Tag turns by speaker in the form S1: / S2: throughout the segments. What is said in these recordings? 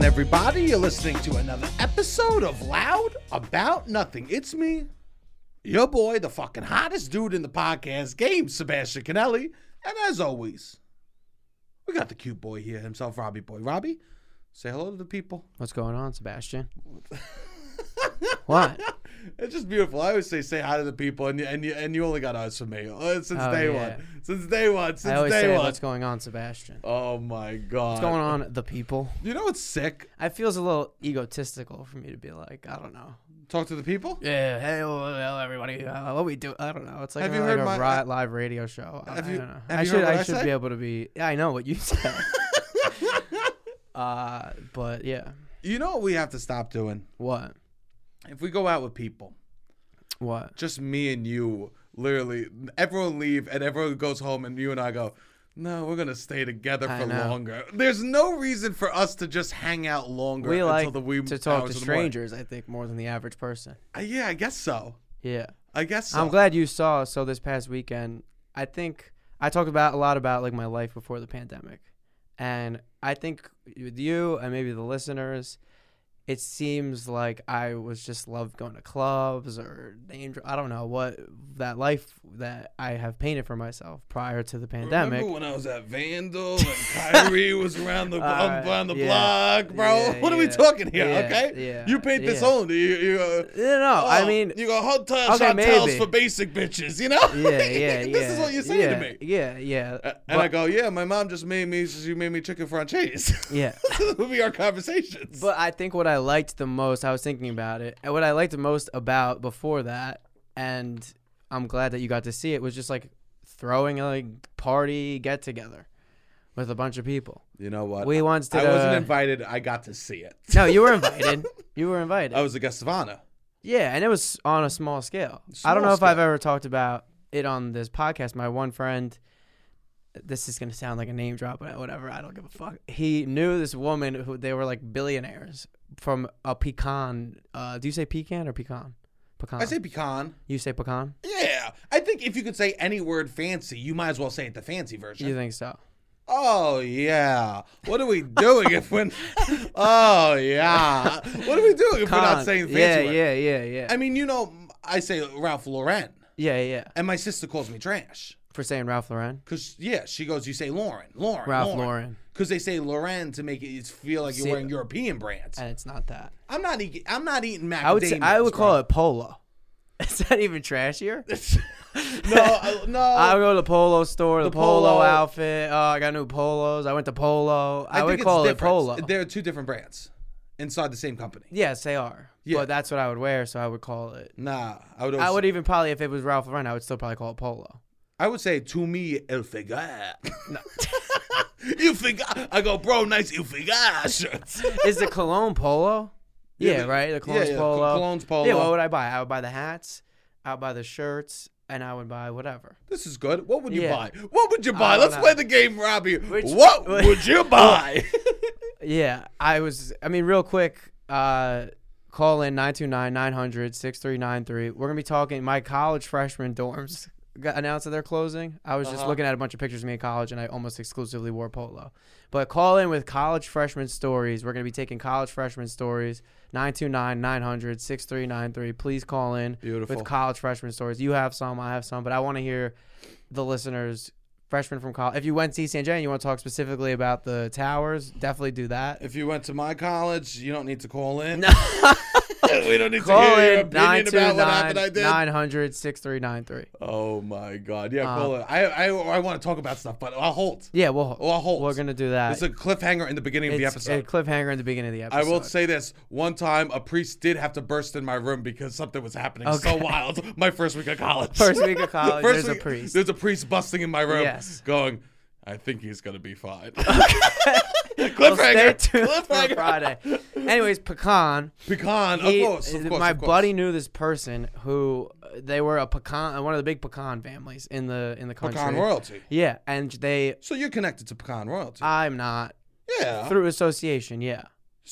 S1: everybody. You're listening to another episode of Loud About Nothing. It's me, your boy, the fucking hottest dude in the podcast game, Sebastian Canelli. And as always, we got the cute boy here himself, Robbie Boy. Robbie, say hello to the people.
S2: What's going on, Sebastian? what?
S1: It's just beautiful. I always say say hi to the people, and you, and you, and you only got us from me uh, since
S2: Oh,
S1: day
S2: yeah.
S1: one. Since day one. Since
S2: I always
S1: day
S2: say,
S1: one.
S2: "What's going on, Sebastian?"
S1: oh my god.
S2: What's going on, the people?
S1: You know what's sick?
S2: It feels a little egotistical for me to be like, I don't know.
S1: Talk to the people.
S2: Yeah, hey, well, well, everybody, uh, what we do? I don't know. It's like,
S1: Have
S2: a,
S1: you
S2: like
S1: heard
S2: a
S1: my-
S2: ri- uh, live radio show. I-
S1: Have
S2: I,
S1: you-
S2: don't know.
S1: have
S2: I
S1: you heard
S2: should,
S1: what
S2: I
S1: I
S2: should
S1: said?
S2: be able to be. Yeah, I know what you said. uh, but yeah,
S1: You know what we have to stop doing?
S2: what?
S1: If we go out with people,
S2: What?
S1: just me and you, literally, everyone leave and everyone goes home, and you and I go. No, we're gonna stay together
S2: I
S1: for
S2: know.
S1: longer. There's no reason for us to just hang out longer
S2: We
S1: until
S2: like
S1: the wee
S2: to talk
S1: hours
S2: to
S1: of the morning.
S2: strangers, I think, more than the average person.
S1: Uh, yeah, I guess so.
S2: Yeah.
S1: I guess so.
S2: I'm glad you saw. So this past weekend, I think I talked about a lot about like my life before the pandemic, and I think with you and maybe the listeners, it seems like I was just loved going to clubs or name. dro- I don't know what that life that I have painted for myself prior to the pandemic.
S1: Remember when I was at Vandal and Kyrie was around the
S2: All right,
S1: around the
S2: Uh, yeah,
S1: block, bro?
S2: yeah,
S1: what are we
S2: yeah,
S1: talking here?
S2: yeah,
S1: okay,
S2: yeah,
S1: you paint this
S2: yeah.
S1: only. You, you, uh,
S2: no, no,
S1: oh,
S2: I mean,
S1: you go hotel
S2: okay,
S1: hotels
S2: maybe.
S1: for basic bitches, you know?
S2: yeah, yeah,
S1: this
S2: yeah.
S1: is what you're saying
S2: yeah,
S1: to me.
S2: Yeah, yeah,
S1: A- And I go, yeah, my mom just made me. She made me chicken franchise.
S2: yeah.
S1: This would be our conversations.
S2: But I think what I liked the most, I was thinking about it, and what I liked the most about before that, and I'm glad that you got to see it, was just like throwing a like, party get together with a bunch of people.
S1: you know what?
S2: We uh, once did
S1: I wasn't
S2: a-
S1: invited. I got to see it.
S2: No, you were invited. you were invited.
S1: I was a guest of honor.
S2: Yeah, and it was on a small scale. I
S1: Small
S2: don't know if I've
S1: scale.
S2: ever talked about it on this podcast. My one friend, this is gonna sound like a name drop, but whatever. I don't give a fuck. He knew this woman who they were like billionaires from a pecan. Uh, do you say pecan or pecan? Pecan.
S1: I say pecan.
S2: you say pecan.
S1: Yeah, I think if you could say any word fancy, you might as well say it the fancy version.
S2: You think so?
S1: Oh yeah. What are we doing if we're Oh yeah. What are we doing if we're not
S2: Con.
S1: saying fancy?
S2: yeah,
S1: word?
S2: yeah, yeah, yeah,
S1: I mean, you know, I say Ralph Lauren,
S2: yeah, yeah.
S1: and my sister calls me trash.
S2: For saying Ralph Lauren,
S1: Cause yeah, she goes, you say Lauren, Lauren,
S2: Ralph Lauren,
S1: Cause they say Lauren to make it feel like you're
S2: See-
S1: wearing European brands.
S2: and it's not that.
S1: I'm not eating. I'm not eating macadamia.
S2: I would say I would call it polo. Is that even trashier?
S1: no, I- no.
S2: I would go to the polo store, the, polo,
S1: Oh. polo.
S2: outfit. Oh, I got new polos. I went to polo. I, would
S1: it's
S2: call it
S1: different.
S2: polo.
S1: There are two different brands inside the same company.
S2: yes, they are.
S1: Yeah.
S2: But that's what I would wear, so I would call it.
S1: Nah, I would.
S2: I
S1: always-
S2: would even probably, if it was Ralph Lauren, I would still probably call it polo.
S1: I would say to me el figure. No. you figure. I go, bro, nice you figure shirts.
S2: Is the cologne polo?
S1: Yeah,
S2: Yeah,
S1: the-
S2: right. The cologne's
S1: yeah, the
S2: polo.
S1: cologne's polo.
S2: Yeah, what would I buy? I would buy the hats. I would buy the shirts, and I would buy whatever.
S1: this is good. What would you
S2: Yeah.
S1: buy? What would you buy?
S2: don't
S1: Let's
S2: know.
S1: play the game, Robbie.
S2: Which-
S1: what would you buy?
S2: Yeah, I was. I mean, real quick, uh, call in 929 900 6393. We're going to be talking my college freshman dorms got announced that they're closing. I was just looking at a bunch of pictures of me in college and I almost exclusively wore polo. But call in with college freshman stories. We're going to be taking college freshman stories 929 900 6393. Please call in
S1: Beautiful.
S2: with college freshman stories. You have some, I have some, but I want to hear the listeners. Freshmen from college. If you went to San Jay and you want to talk specifically about the towers, definitely do that.
S1: if you went to my college, you don't need to call in. we don't need to
S2: Call
S1: hear your
S2: in
S1: opinion about what happened. I
S2: 929
S1: did.
S2: 900 6393.
S1: Oh my god. Yeah,
S2: Uh,
S1: call in. I I, I want to talk about stuff, but I'll hold.
S2: Yeah, we'll,
S1: Well, hold.
S2: we're going to do that.
S1: It's a cliffhanger in the beginning of the
S2: It's
S1: episode.
S2: a cliffhanger in the beginning of the
S1: I
S2: episode.
S1: will say this: one time, a priest did have to burst in my room because something was happening so
S2: Okay.
S1: wild. My first week of college.
S2: First week of college,
S1: First
S2: there's a
S1: week-
S2: priest.
S1: There's a priest busting in my room,
S2: Yes.
S1: going, "I think he's gonna be fine."
S2: Well, stay
S1: Cliffhanger.
S2: tuned for
S1: Cliffhanger.
S2: Friday. Anyways, pecan.
S1: Pecan.
S2: he-
S1: of course. Of course.
S2: my
S1: of course.
S2: buddy knew this person who uh, they were a pecan, uh, one of the big pecan families in the in the country.
S1: Pecan royalty.
S2: Yeah, and they.
S1: So you're connected to pecan royalty.
S2: I'm not
S1: yeah.
S2: through association. Yeah,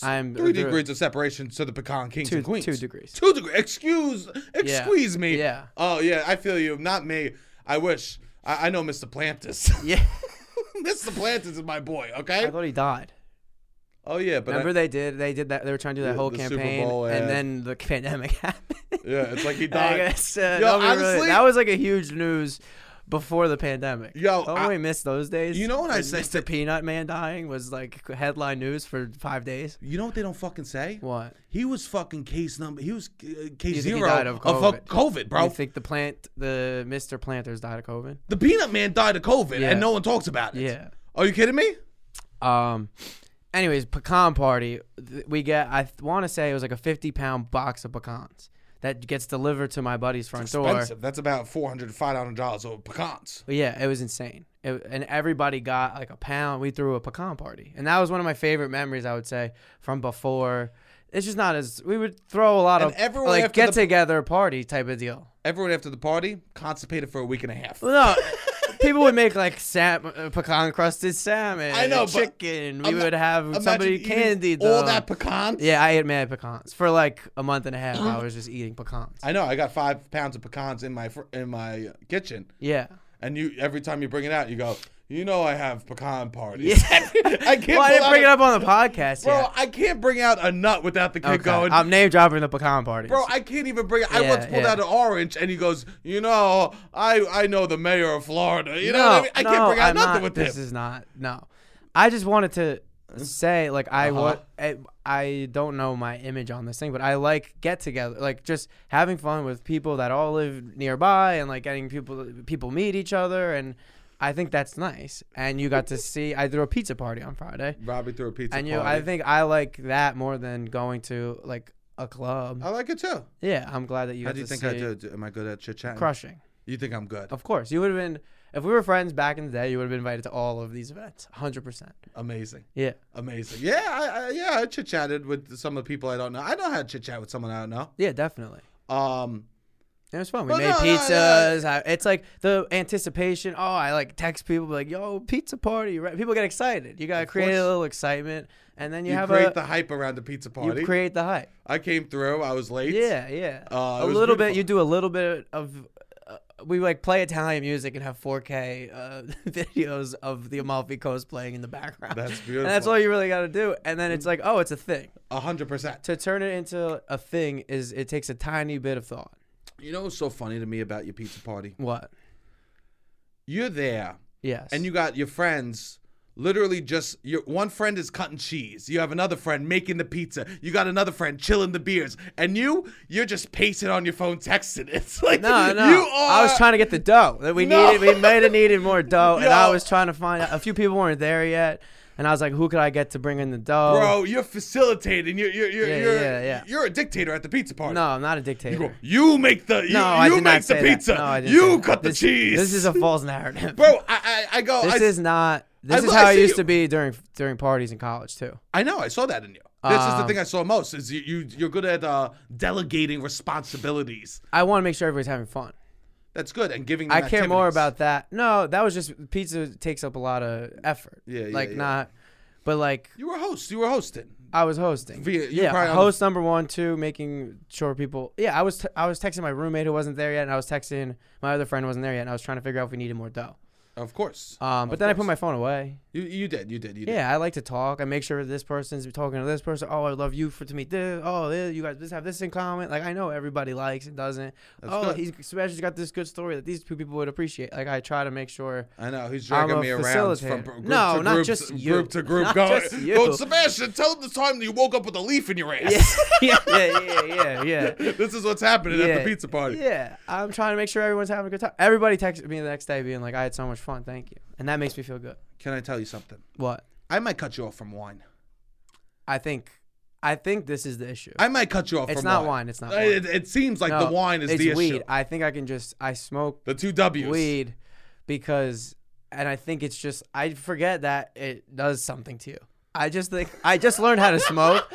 S2: I'm
S1: Three
S2: through-
S1: degrees of separation to the pecan kings
S2: Two,
S1: and queens.
S2: two degrees.
S1: Two degrees. Excuse, excuse me.
S2: Yeah.
S1: Oh yeah, I feel you. Not me. I wish. I, I know Mr. Plantis.
S2: Yeah,
S1: Mr. Plantis is my boy. Okay.
S2: I thought he died.
S1: Oh yeah, but I-
S2: Remember they did they did that they were trying to do that
S1: Yeah,
S2: whole
S1: the Super
S2: campaign
S1: Bowl ad.
S2: and then the pandemic happened.
S1: yeah, it's like he
S2: I
S1: died.
S2: guess, uh,
S1: Yo,
S2: nobody really-
S1: honestly-
S2: that was like a huge news before the pandemic.
S1: Yo,
S2: oh,
S1: I-
S2: we missed those days.
S1: You know what I
S2: When
S1: say-
S2: Mr. Peanut Man dying was like headline news for five days.
S1: You know what they don't fucking say?
S2: What?
S1: He was fucking case number. He was uh, case
S2: he
S1: zero
S2: died of
S1: a fuck- COVID, bro.
S2: You think the plant, the Mr. Planters died of COVID?
S1: the peanut man died of COVID,
S2: Yeah.
S1: and no one talks about it.
S2: Yeah.
S1: Are you kidding me?
S2: Um. Anyways, pecan party. Th- We get. I want to say it was like a fifty-pound box of pecans that gets delivered to my buddy's front door.
S1: Expensive. That's about four hundred to five hundred dollars over pecans.
S2: But yeah, it was insane. It, and everybody got like a pound. We threw a pecan party. And that was one of my favorite memories, I would say, from before. It's just not as we would throw a lot
S1: And
S2: of
S1: everyone
S2: like
S1: after the-
S2: get together party type of deal.
S1: Everyone after the party constipated for a week and a half.
S2: No, people would make like sam- uh, pecan crusted salmon.
S1: I know,
S2: and
S1: but
S2: chicken. We
S1: Ima-
S2: would have
S1: imagine
S2: somebody
S1: eating
S2: candied
S1: all
S2: them.
S1: that pecans.
S2: yeah, I ate mad pecans for like a month and a half. I was just eating pecans.
S1: I know. I got five pounds of pecans in my fr- in my kitchen,
S2: yeah.
S1: and you every time you bring it out, you go, you know, I have pecan
S2: Yeah.
S1: parties. I can't.
S2: Well, I
S1: pull
S2: didn't
S1: out
S2: bring
S1: a-
S2: it up on the podcast
S1: bro.
S2: yet.
S1: I can't bring out a nut without the kid
S2: Okay.
S1: going.
S2: I'm name dropping the pecan party.
S1: Bro, I can't even bring. I
S2: Yeah,
S1: once pulled
S2: yeah.
S1: out an orange, and he goes, "You know, I I know the mayor of Florida. You know, what I mean? I can't
S2: no,
S1: bring out
S2: I'm
S1: nothing
S2: not-
S1: with
S2: this
S1: him. Mm-hmm.
S2: is not no. I just wanted to say like I
S1: Uh-huh.
S2: wa- I, I don't know my image on this thing, but I like get together, like just having fun with people that all live nearby and like getting people people meet each other and I think that's nice. And you got to see I threw a pizza party on Friday.
S1: Robbie threw a pizza
S2: and you I think I like that more than going to like a club.
S1: I like it too.
S2: yeah, I'm glad that you
S1: Oh. How
S2: got
S1: do you
S2: to
S1: think
S2: see Oh.
S1: I do? Do- Am I good at chit chatting?
S2: crushing.
S1: You think I'm good?
S2: Of course, you would have been. If we were friends back in the day, you would have been invited to all of these events. 100%.
S1: Amazing,
S2: Yeah.
S1: amazing. Yeah, I, I, yeah. I chit chatted with some of the people I don't know. I know how to chit chat with someone I don't know.
S2: Yeah, definitely.
S1: Um,
S2: It was fun. We
S1: Well,
S2: made
S1: no, no, no, no.
S2: pizzas. I- It's like the anticipation. Oh, I like text people like, "Yo, pizza party!" Right? People get excited. You gotta create
S1: course.
S2: a little excitement, and then you,
S1: you,
S2: have
S1: create
S2: a
S1: the hype around the pizza party.
S2: you create the hype.
S1: I came through. I was late.
S2: Yeah, yeah.
S1: Uh, it
S2: a
S1: was
S2: little bit.
S1: beautiful.
S2: You do a little bit of. Uh, we like play Italian music and have 4K uh, videos of the Amalfi Coast playing in the background.
S1: That's
S2: And that's
S1: beautiful. Mm-hmm.
S2: all you really gotta do. And then it's like, oh, it's a thing.
S1: a hundred percent.
S2: to turn it into a thing is it takes a tiny bit of thought.
S1: You know what's so funny to me about your pizza party?
S2: What?
S1: You're there.
S2: Yes.
S1: and you got your friends literally just your one friend is cutting cheese you have another friend making the pizza you got another friend chilling the beers and you you're just pacing on your phone texting it's like
S2: no, no.
S1: you are
S2: I was trying to get the dough that we
S1: No.
S2: needed. We might have needed more dough, and I
S1: Yo.
S2: was trying to find out. A few people weren't there yet, and I was like, "Who could I get to bring in the dough?"
S1: bro you're facilitating you're you're you're,
S2: Yeah,
S1: you're,
S2: yeah, yeah.
S1: you're a dictator at the pizza party
S2: No, I'm not a dictator.
S1: Bro, you make the you,
S2: no, I
S1: you
S2: did
S1: make
S2: not
S1: the
S2: say
S1: pizza
S2: That. No, I didn't say
S1: you
S2: that.
S1: cut the
S2: This-
S1: cheese
S2: This is a false narrative,
S1: bro i i, I go
S2: This
S1: I,
S2: is not. This
S1: I-
S2: is
S1: I
S2: how it
S1: see
S2: used
S1: you-
S2: to be during during parties in college too.
S1: I know i saw that in you this is the
S2: Um,
S1: thing i saw most is you, you you're good at uh delegating responsibilities
S2: I want to make sure everybody's having fun.
S1: that's good and giving them
S2: I care more
S1: activities.
S2: about that. No, that was just pizza takes up a lot of effort.
S1: Yeah, yeah,
S2: like
S1: yeah.
S2: not, but like
S1: You were a host. You were hosting.
S2: I was hosting.
S1: Via- you probably
S2: yeah,
S1: on
S2: host number one, two, making sure people. Yeah, I was t- I was texting my roommate who wasn't there yet, and I was texting my other friend who wasn't there yet, and I was trying to figure out if we needed more dough.
S1: Of course.
S2: Um, but
S1: Of
S2: then I put
S1: course.
S2: my phone away.
S1: You, you did. You did. You did.
S2: Yeah, I like to talk. I make sure this person's talking to this person. Oh, I love you for to meet this. Oh, this, you guys just have this in common. Like I know everybody likes and doesn't. oh,
S1: good.
S2: he's especially got this good story that these two people would appreciate. Like I try to make sure.
S1: I know. He's
S2: I'm
S1: dragging
S2: a
S1: me around from
S2: facilitator.
S1: group
S2: No,
S1: to
S2: not
S1: group,
S2: just
S1: to,
S2: you.
S1: group to group.
S2: Not
S1: going,
S2: just you.
S1: going, Sebastian, tell the time that you woke up with a leaf in your ass.
S2: yeah, yeah, yeah, yeah, yeah.
S1: this is what's happening at
S2: Yeah,
S1: the pizza party.
S2: Yeah, I'm trying to make sure everyone's having a good time. Everybody texted me the next day being like, "I had so much fun, thank you," and that makes me feel good.
S1: Can I tell you something?
S2: What?
S1: I might cut you off from wine.
S2: I think, I think this is the issue.
S1: I might cut you off
S2: it's
S1: from
S2: not
S1: wine.
S2: wine. It's not.
S1: Uh,
S2: Wine.
S1: It, it seems like
S2: No,
S1: the wine is
S2: it's
S1: the
S2: weed.
S1: issue.
S2: I think I can just I smoke
S1: The two W's.
S2: weed because, and I think it's just I forget that it does something to you. I just think I just learned how to smoke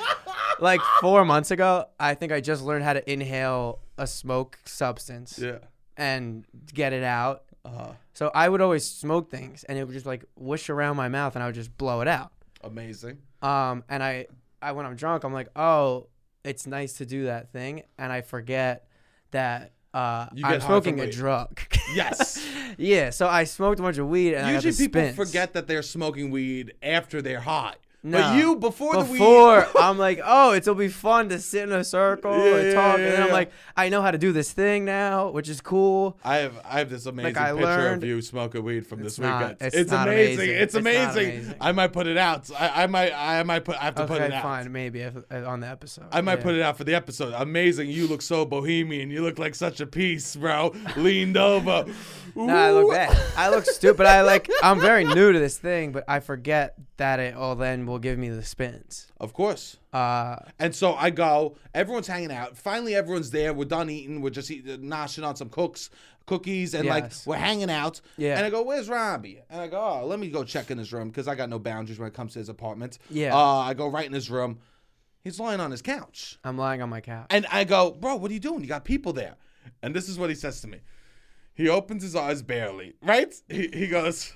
S2: like four months ago. I think I just learned how to inhale a smoke substance
S1: Yeah.
S2: and get it out
S1: Uh,
S2: So I would always smoke things, and it would just like whoosh around my mouth, and I would just blow it out.
S1: amazing.
S2: Um, and I, I when I'm drunk, I'm like, oh, it's nice to do that thing, and I forget that uh,
S1: You
S2: I'm
S1: get high
S2: smoking
S1: from
S2: a
S1: weed.
S2: drug.
S1: Yes.
S2: yeah, so I smoked a bunch of weed, and I got
S1: Usually
S2: the
S1: people
S2: spins.
S1: forget that they're smoking weed after they're high. But
S2: No.
S1: you before, the
S2: Before
S1: we
S2: I'm like, oh, it'll be fun to sit in a circle
S1: Yeah,
S2: and
S1: yeah,
S2: talk, and
S1: yeah,
S2: then I'm
S1: yeah.
S2: like, I know how to do this thing now, which is cool.
S1: I have I have this amazing
S2: I
S1: picture
S2: learned-
S1: of you smoking weed from this
S2: It's not-
S1: weekend.
S2: it's
S1: It's,
S2: not
S1: amazing.
S2: amazing.
S1: It's
S2: It's not
S1: amazing.
S2: amazing.
S1: I might put it out. I, I might I might put I have to put
S2: Okay,
S1: it out.
S2: fine, maybe if, uh, on the episode.
S1: I might
S2: Yeah.
S1: put it out for the episode. Amazing. You look so bohemian. You look like such a piece, bro. Leaned over.
S2: No, I look
S1: Ooh.
S2: bad. I look stupid. I like. I'm very new to this thing, but I forget that it all then will give me the spins.
S1: Of course.
S2: Uh,
S1: And so I go. Everyone's hanging out. Finally, everyone's there. We're done eating. We're just eat, noshing on some cooks, cookies, and like
S2: Yes.
S1: we're hanging out.
S2: Yeah.
S1: And I go, "Where's Robbie?" And I go, "Oh, let me go check in his room because I got no boundaries when it comes to his apartment."
S2: Yeah.
S1: Uh, I go right in his room. He's lying on his couch.
S2: I'm lying on my couch.
S1: And I go, bro, what are you doing? You got people there. And this is what he says to me. He opens his eyes barely, right? He, he goes,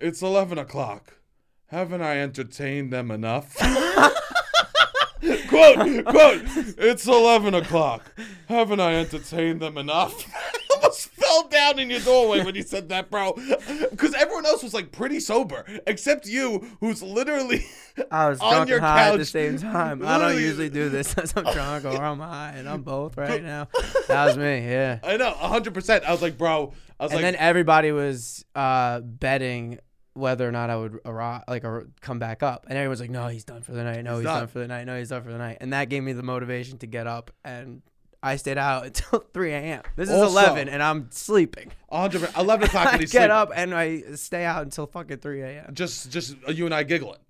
S1: it's 11 o'clock. Haven't I entertained them enough? quote, quote, it's 11 o'clock. Haven't I entertained them enough? I almost fell down in your doorway when you said that, bro. Because everyone else was like pretty sober, except you, who's literally
S2: I was
S1: on
S2: drunk
S1: your
S2: and high at the
S1: couch.
S2: same time. I don't
S1: Literally-
S2: usually do this since I'm drunk or I'm high, and I'm both right now. That was me. Yeah.
S1: I know, 100%. I was like, bro, I was
S2: And
S1: like,
S2: then everybody was uh, betting whether or not I would arrive, like ar- come back up. And everyone's like, "No, he's done for the night. No, he's, done.
S1: done.
S2: for the night. No, he's done for the night." And that gave me the motivation to get up, and I stayed out until 3 a.m. This is
S1: Also-
S2: 11, and I'm sleeping.
S1: 100 11 o'clock
S2: I
S1: and
S2: get
S1: he's sleeping.
S2: up and I stay out until fucking 3 a.m.
S1: just just uh, you and I giggling.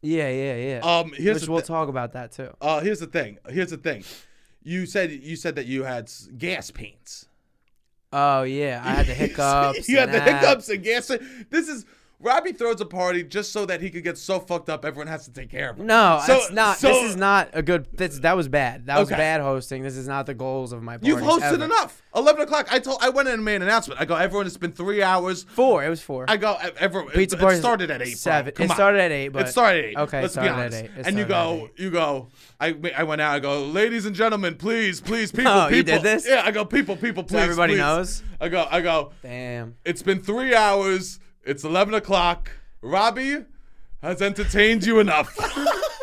S2: Yeah, yeah, yeah.
S1: Um, here's
S2: Which
S1: the
S2: we'll
S1: thi-
S2: talk about that too.
S1: uh, here's the thing. Here's the thing. You said you said that you had s- gas pains.
S2: Oh yeah, I had the hiccups.
S1: you had
S2: and
S1: the
S2: that.
S1: hiccups and gas. pain. This is Robbie throws a party just so that he could get so fucked up everyone has to take care of him.
S2: No,
S1: So-
S2: it's not.
S1: so-
S2: this is not a good. This, that was bad. That was
S1: Okay.
S2: bad hosting. This is not the goals of my.
S1: You've
S2: parties
S1: hosted
S2: ever.
S1: enough. Eleven o'clock. I told. I went in and made an announcement. I go. Everyone. It's been three hours.
S2: Four. It was four.
S1: I go. ev- Everyone.
S2: Pizza
S1: it,
S2: party
S1: it started at eight. bro.
S2: Seven.
S1: Come
S2: it
S1: on.
S2: started at eight. But
S1: it started at eight.
S2: Okay, it
S1: let's be
S2: started at
S1: honest.
S2: eight. It
S1: And you
S2: started at
S1: go, you go. I I went out. I go, ladies and gentlemen, please, please, people,
S2: Oh,
S1: people.
S2: you did this?
S1: Yeah, I go, people, people, please.
S2: everybody
S1: please."
S2: knows?
S1: I go, I go.
S2: Damn.
S1: It's been three hours. It's eleven o'clock. Robbie has entertained you enough.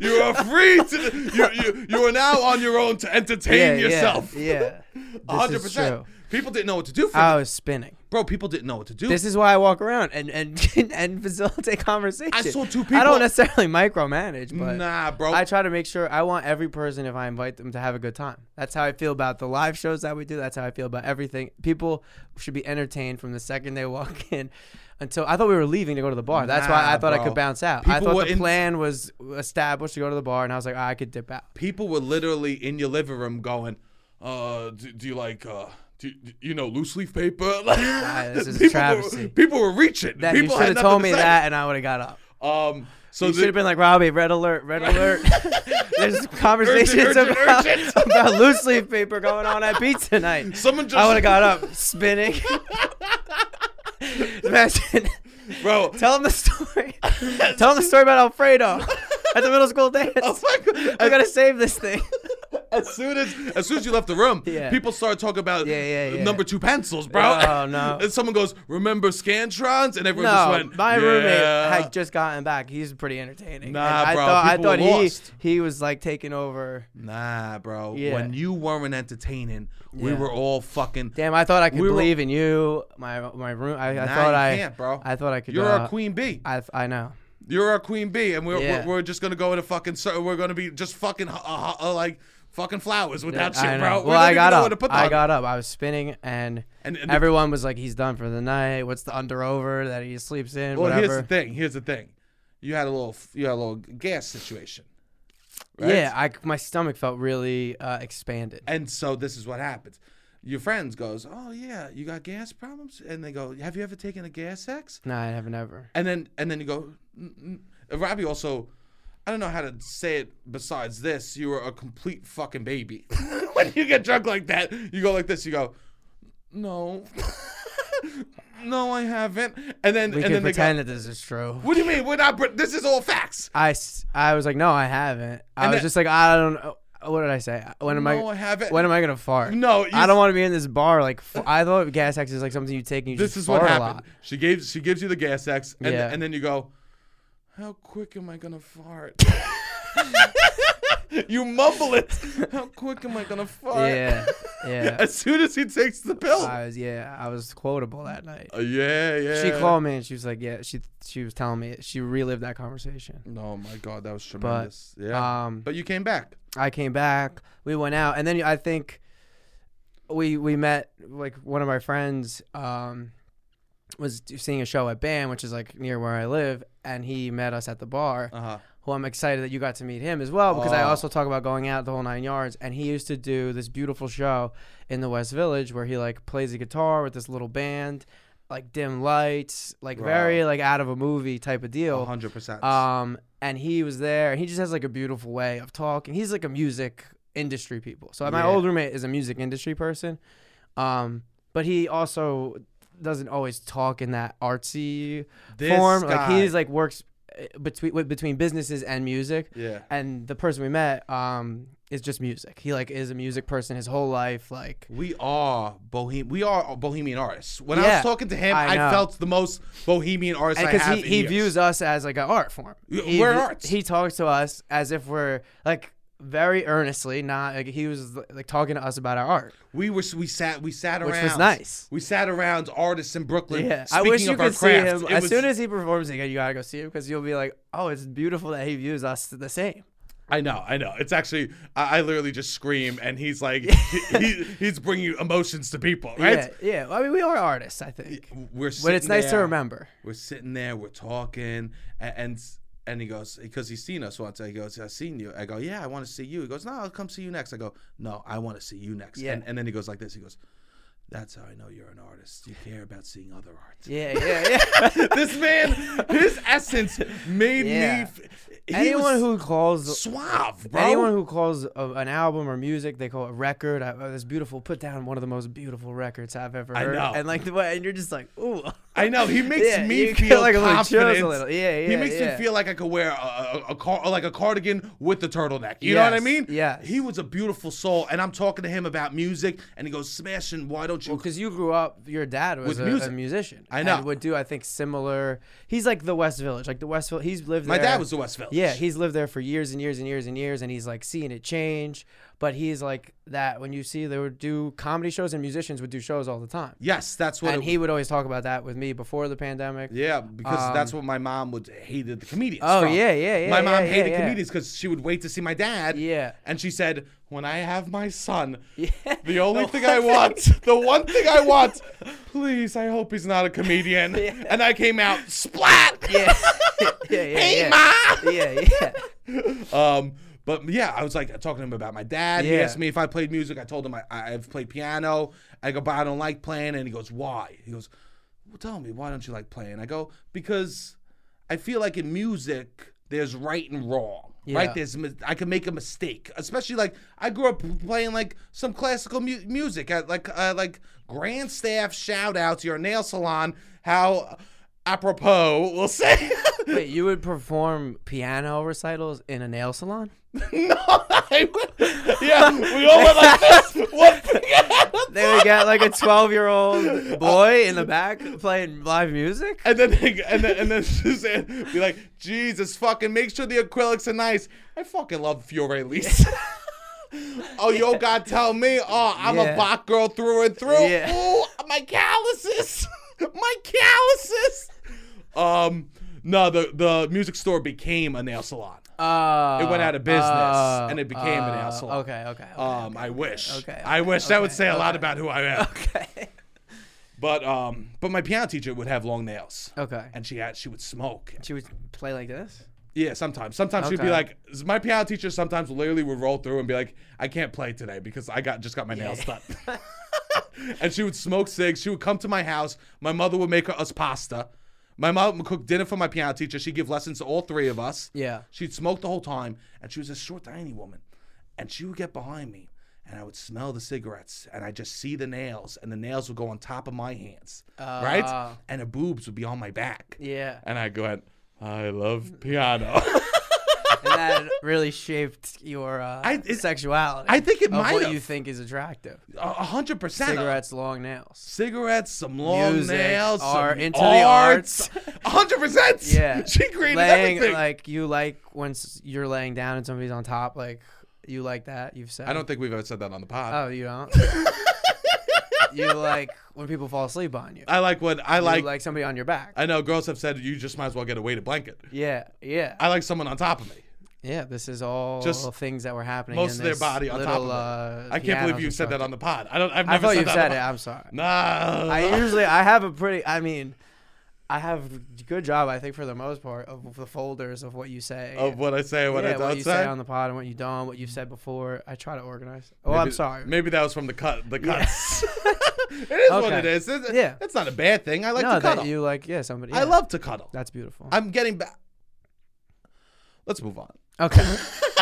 S1: you are free to. You, you you are now on your own to entertain
S2: Yeah,
S1: yourself.
S2: Yeah.
S1: A
S2: yeah.
S1: hundred
S2: This is true. Uh,
S1: percent. People didn't know what to do for
S2: I
S1: me.
S2: was spinning.
S1: bro. People didn't know what to do.
S2: This is why I walk around and and and facilitate conversation.
S1: I saw two
S2: I
S1: people-
S2: don't necessarily micromanage, but
S1: nah, bro.
S2: I try to make sure I want every person if I invite them to have a good time. That's how I feel about the live shows that we do. That's how I feel about everything. People should be entertained from the second they walk in until I thought we were leaving to go to the bar. That's why
S1: Nah,
S2: I thought I
S1: bro.
S2: could bounce out. I
S1: People
S2: thought
S1: were
S2: the
S1: in-
S2: plan was established to go to the bar, and I was like, "Ah, I could dip out.
S1: people were literally in your living room going, uh, do, do you like, uh, do, do you know loose leaf paper?
S2: this is a
S1: Were,
S2: travesty.
S1: people were reaching.
S2: That
S1: people
S2: you should
S1: had
S2: have told me
S1: nothing to say.
S2: that, and I would have got up.
S1: Um, so
S2: You should have
S1: the,
S2: been like Robbie, red alert, red alert. There's conversations
S1: urgent,
S2: about,
S1: urgent.
S2: about loose leaf paper going on at beat tonight.
S1: someone just
S2: I would have got up spinning. Imagine.
S1: bro.
S2: Tell him the story. Tell him the story about Alfredo at the middle school dance.
S1: Oh my God.
S2: I gotta save this thing.
S1: As soon as as soon as you left the room,
S2: Yeah.
S1: people started talking about
S2: Yeah, yeah, yeah.
S1: number two pencils, bro.
S2: Oh, no.
S1: And someone goes, "Remember Scantrons?" And everyone just
S2: No,
S1: went,
S2: my roommate
S1: "Yeah."
S2: had just gotten back. He's pretty entertaining.
S1: Nah,
S2: And I
S1: bro,
S2: thought I
S1: people were
S2: thought he
S1: lost.
S2: he was like taking over.
S1: Nah, bro.
S2: Yeah.
S1: When you weren't entertaining, we
S2: Yeah.
S1: were all fucking.
S2: Damn, I thought I could
S1: We were-
S2: believe in you. My my room. I, I
S1: Nah,
S2: thought
S1: you
S2: I
S1: can't, bro.
S2: I thought I could.
S1: You're
S2: uh,
S1: our queen bee.
S2: I I know.
S1: You're our queen bee, and we're
S2: Yeah.
S1: we're, we're just gonna go in a fucking. cir- We're gonna be just fucking uh, uh, uh, like fucking flowers without
S2: I
S1: shit,
S2: know.
S1: bro.
S2: Well,
S1: we don't
S2: I
S1: even
S2: got
S1: know
S2: up.
S1: where to put
S2: I
S1: that.
S2: got up. I was spinning, and,
S1: And- and-
S2: everyone was like, "He's done for the night. What's the under over that he sleeps in?
S1: well,
S2: whatever."
S1: here's the thing. Here's the thing. You had a little. You had a little gas situation. Right?
S2: Yeah, I my stomach felt really uh, expanded.
S1: And so this is what happens. Your friends goes, oh yeah, you got gas problems, and they go, have you ever taken a gas X?
S2: No, I haven't ever.
S1: And then and then you go, "Mm, mm." Robbie also. I don't know how to say it besides this. You were a complete fucking baby. when you get drunk like that, you go like this. You go, no, no, I haven't. And then
S2: We
S1: and
S2: can
S1: then they go,
S2: pretend that this is true.
S1: what do you mean? We're not. br- This is all facts.
S2: I, s- I was like, no, I haven't. I
S1: And
S2: was
S1: then-
S2: just like, I don't know. What did I say? When am
S1: No,
S2: I?
S1: I haven't.
S2: When am I gonna fart?
S1: No, you-
S2: I don't want to be in this bar. Like f- I thought gas tax is like something you take and you
S1: This
S2: just
S1: is what
S2: fart a
S1: happened.
S2: lot.
S1: She gave she gives you the gas X, and
S2: Yeah.
S1: and then you go, How quick am I gonna fart? you mumble it. How quick am I gonna fart?
S2: Yeah, yeah.
S1: As soon as he takes the pill.
S2: I was yeah, I was quotable that night.
S1: Uh, yeah, yeah.
S2: She called me and she was like, yeah, she she was telling me she relived that conversation.
S1: No, my God, that was tremendous. yeah.
S2: Um,
S1: but you came back.
S2: I came back. We went out, and then I think we we met like one of my friends um, was seeing a show at BAM, which is like near where I live, and he met us at the bar.
S1: Uh huh.
S2: Who I'm excited that you got to meet him as well because I
S1: Oh.
S2: also talk about going out the whole nine yards, and he used to do this beautiful show in the West Village where he like plays a guitar with this little band, like dim lights, like
S1: Wow.
S2: very like out of a movie type of deal.
S1: hundred percent.
S2: Um, and he was there, and he just has like a beautiful way of talking. He's like a music industry people. So my
S1: Yeah.
S2: old roommate is a music industry person, um, but he also doesn't always talk in that artsy
S1: This
S2: form. Like
S1: guy.
S2: he's like works eh, between with, between businesses and music.
S1: Yeah.
S2: And the person we met um, is just music. He like is a music person his whole life. Like
S1: We are bohem. We are bohemian artists. When I
S2: Yeah,
S1: was talking to him,
S2: I
S1: I,
S2: know.
S1: felt the most bohemian artist I
S2: because
S1: have.
S2: he,
S1: in
S2: he
S1: years.
S2: views us as like an art form.
S1: Yeah,
S2: He
S1: we're
S2: view-
S1: arts.
S2: He talks to us as if we're like very earnestly. Not like he was like talking to us about our art,
S1: We were we sat we sat
S2: which
S1: around.
S2: was nice.
S1: We sat around artists in Brooklyn.
S2: Yeah, I
S1: speaking
S2: wish you
S1: of our
S2: could see
S1: crafts.
S2: him
S1: It
S2: as
S1: was-
S2: soon as he performs again. You gotta go see him because you'll be like, oh, it's beautiful that he views us the same.
S1: I know, I know. It's actually I, I literally just scream, and he's like, he, he- he's bringing emotions to people,
S2: Yeah,
S1: right?
S2: yeah. I mean, we are artists, I think,
S1: We're
S2: but it's
S1: sitting
S2: nice to
S1: there.
S2: remember.
S1: we're sitting there, we're talking, and and, and he goes because he's seen us once. He goes, I've seen you. I go, yeah, I want to see you. He goes, no, I'll come see you next. I go, no, I want to see you next.
S2: Yeah.
S1: And, and then he goes like this. He goes, that's how I know you're an artist. You care about seeing other art.
S2: Yeah, yeah, yeah.
S1: this man, his essence made
S2: Yeah.
S1: me. F- he
S2: Anyone
S1: was
S2: who calls
S1: suave, bro.
S2: Anyone who calls a, an album or music, they call it record. I, oh, this beautiful, put down one of the most beautiful records I've ever
S1: I
S2: heard.
S1: know.
S2: And like the way, and you're just like, ooh.
S1: I know he makes
S2: Yeah,
S1: me
S2: you get,
S1: feel
S2: like, a little chills a
S1: confident.
S2: little. Yeah,
S1: He
S2: yeah,
S1: makes
S2: yeah.
S1: me feel like I could wear a, a, a car, like a cardigan with a turtleneck. You know what I
S2: Yes,
S1: mean?
S2: yes.
S1: He was a beautiful soul, and I'm talking to him about music, and he goes, "Smashing, why don't you?"
S2: Because you grew up, your dad was
S1: With
S2: a,
S1: music.
S2: a musician.
S1: I know.
S2: And would do, I think, similar. He's like the West Village. Like the West Village, he's lived
S1: My
S2: there.
S1: dad was the West Village.
S2: Yeah, he's lived there for years and years and years and years, and he's like seeing it change. But he's like that when you see they would do comedy shows and musicians would do shows all the time.
S1: yes, that's what.
S2: and
S1: it-
S2: he would always talk about that with me before the pandemic.
S1: yeah, because that's what my mom would hated the comedians.
S2: Um, Oh,
S1: from.
S2: yeah, yeah, yeah,
S1: My mom
S2: yeah, yeah,
S1: hated
S2: yeah.
S1: comedians because she would wait to see my dad.
S2: Yeah.
S1: And she said, "When I have my son,
S2: Yeah.
S1: the only thing I want, the one thing I want, please, I hope he's not a comedian." And I came out splat.
S2: yeah, yeah, yeah.
S1: Hey,
S2: yeah.
S1: Ma!
S2: Yeah, yeah.
S1: Um, but yeah, I was like talking to him about my dad. He
S2: Yeah.
S1: asked me if I played music. I told him I, I- I've played piano. I go, but I don't like playing. And he goes, why? He goes, well, tell me, why don't you like playing? I go, because I feel like in music, there's right and wrong.
S2: Yeah.
S1: Right there's mis- I can make a mistake, especially like I grew up playing like some classical mu- music, I, like uh, like grand staff shout out to your nail salon. How apropos, we'll say.
S2: Wait, you would perform piano recitals in a nail salon?
S1: No, I would. Yeah, we all went like this. One thing
S2: They would get like a 12 year old boy in the back playing live music?
S1: And then, and then, and then Suzanne be like, "Jesus, fucking make sure the acrylics are nice." I fucking love Fiore Lisa. oh, yo, God, tell me, oh, I'm
S2: Yeah.
S1: a Bach girl through and through.
S2: Yeah.
S1: Ooh, my calluses, my calluses. Um, no, the the music store became a nail salon.
S2: Uh,
S1: It went out of business,
S2: uh,
S1: and it became a nail
S2: uh,
S1: salon.
S2: Okay, okay. okay.
S1: Um, I wish.
S2: okay,
S1: I
S2: okay,
S1: wish that would
S2: okay,
S1: say a lot
S2: okay.
S1: about who I am.
S2: okay.
S1: But um, but my piano teacher would have long nails,
S2: Okay.
S1: and she had she would smoke.
S2: She would play like this?
S1: Yeah, sometimes. Sometimes she'd be
S2: Okay.
S1: like, my piano teacher sometimes literally would roll through and be like, I can't play today because I got just got my nails done. and she would smoke cigs. She would come to my house. My mother would make us pasta. My mom would cook dinner for my piano teacher. She'd give lessons to all three of us.
S2: Yeah.
S1: She'd smoke the whole time, and she was a short, tiny woman. And she would get behind me, and I would smell the cigarettes, and I just see the nails, and the nails would go on top of my hands, right?
S2: Ah.
S1: And her boobs would be on my back.
S2: Yeah.
S1: And I go, "I love piano."
S2: And that really shaped your uh,
S1: I- it-
S2: sexuality.
S1: I think it
S2: of
S1: might
S2: what
S1: have.
S2: you think is attractive.
S1: A a hundred percent.
S2: Cigarettes, long nails.
S1: Cigarettes, some long
S2: Music,
S1: nails, some
S2: art, into the
S1: arts.
S2: arts.
S1: A hundred percent.
S2: Yeah,
S1: she created
S2: laying,
S1: everything.
S2: Like you like when s- you're laying down and somebody's on top. Like you like that. You've said.
S1: I don't think we've ever said that on the pod.
S2: Oh, you don't. you like when people fall asleep on you.
S1: I like what I
S2: Oh. You
S1: like.
S2: like somebody on your back.
S1: I know girls have said you just might as well get a weighted blanket.
S2: yeah, yeah,
S1: I like someone on top of me.
S2: yeah. This is all
S1: Just
S2: things that were happening.
S1: most
S2: in
S1: of their
S2: this
S1: body on
S2: little,
S1: top
S2: Uh,
S1: I can't
S2: piano
S1: believe you said that on the pod. I don't. I've
S2: construction. I
S1: never
S2: thought
S1: said
S2: you
S1: that
S2: said
S1: on
S2: it. I'm sorry.
S1: the- Nah.
S2: I usually I have a pretty. I mean, I have a good job. I think for the most part of the folders of what you say.
S1: of what I say and what
S2: yeah,
S1: I don't
S2: what you
S1: say.
S2: say on the pod and what you don't, what you've said before. I try to organize. Oh, I'm
S1: Maybe-
S2: sorry.
S1: Maybe that was from the cut. The cuts. it is what
S2: Okay.
S1: it is. It's,
S2: Yeah.
S1: That's not a bad thing. I like
S2: no,
S1: to cuddle.
S2: that you like. Yeah, somebody.
S1: I
S2: yeah.
S1: love to cuddle.
S2: That's beautiful.
S1: I'm getting back. Let's move on.
S2: okay.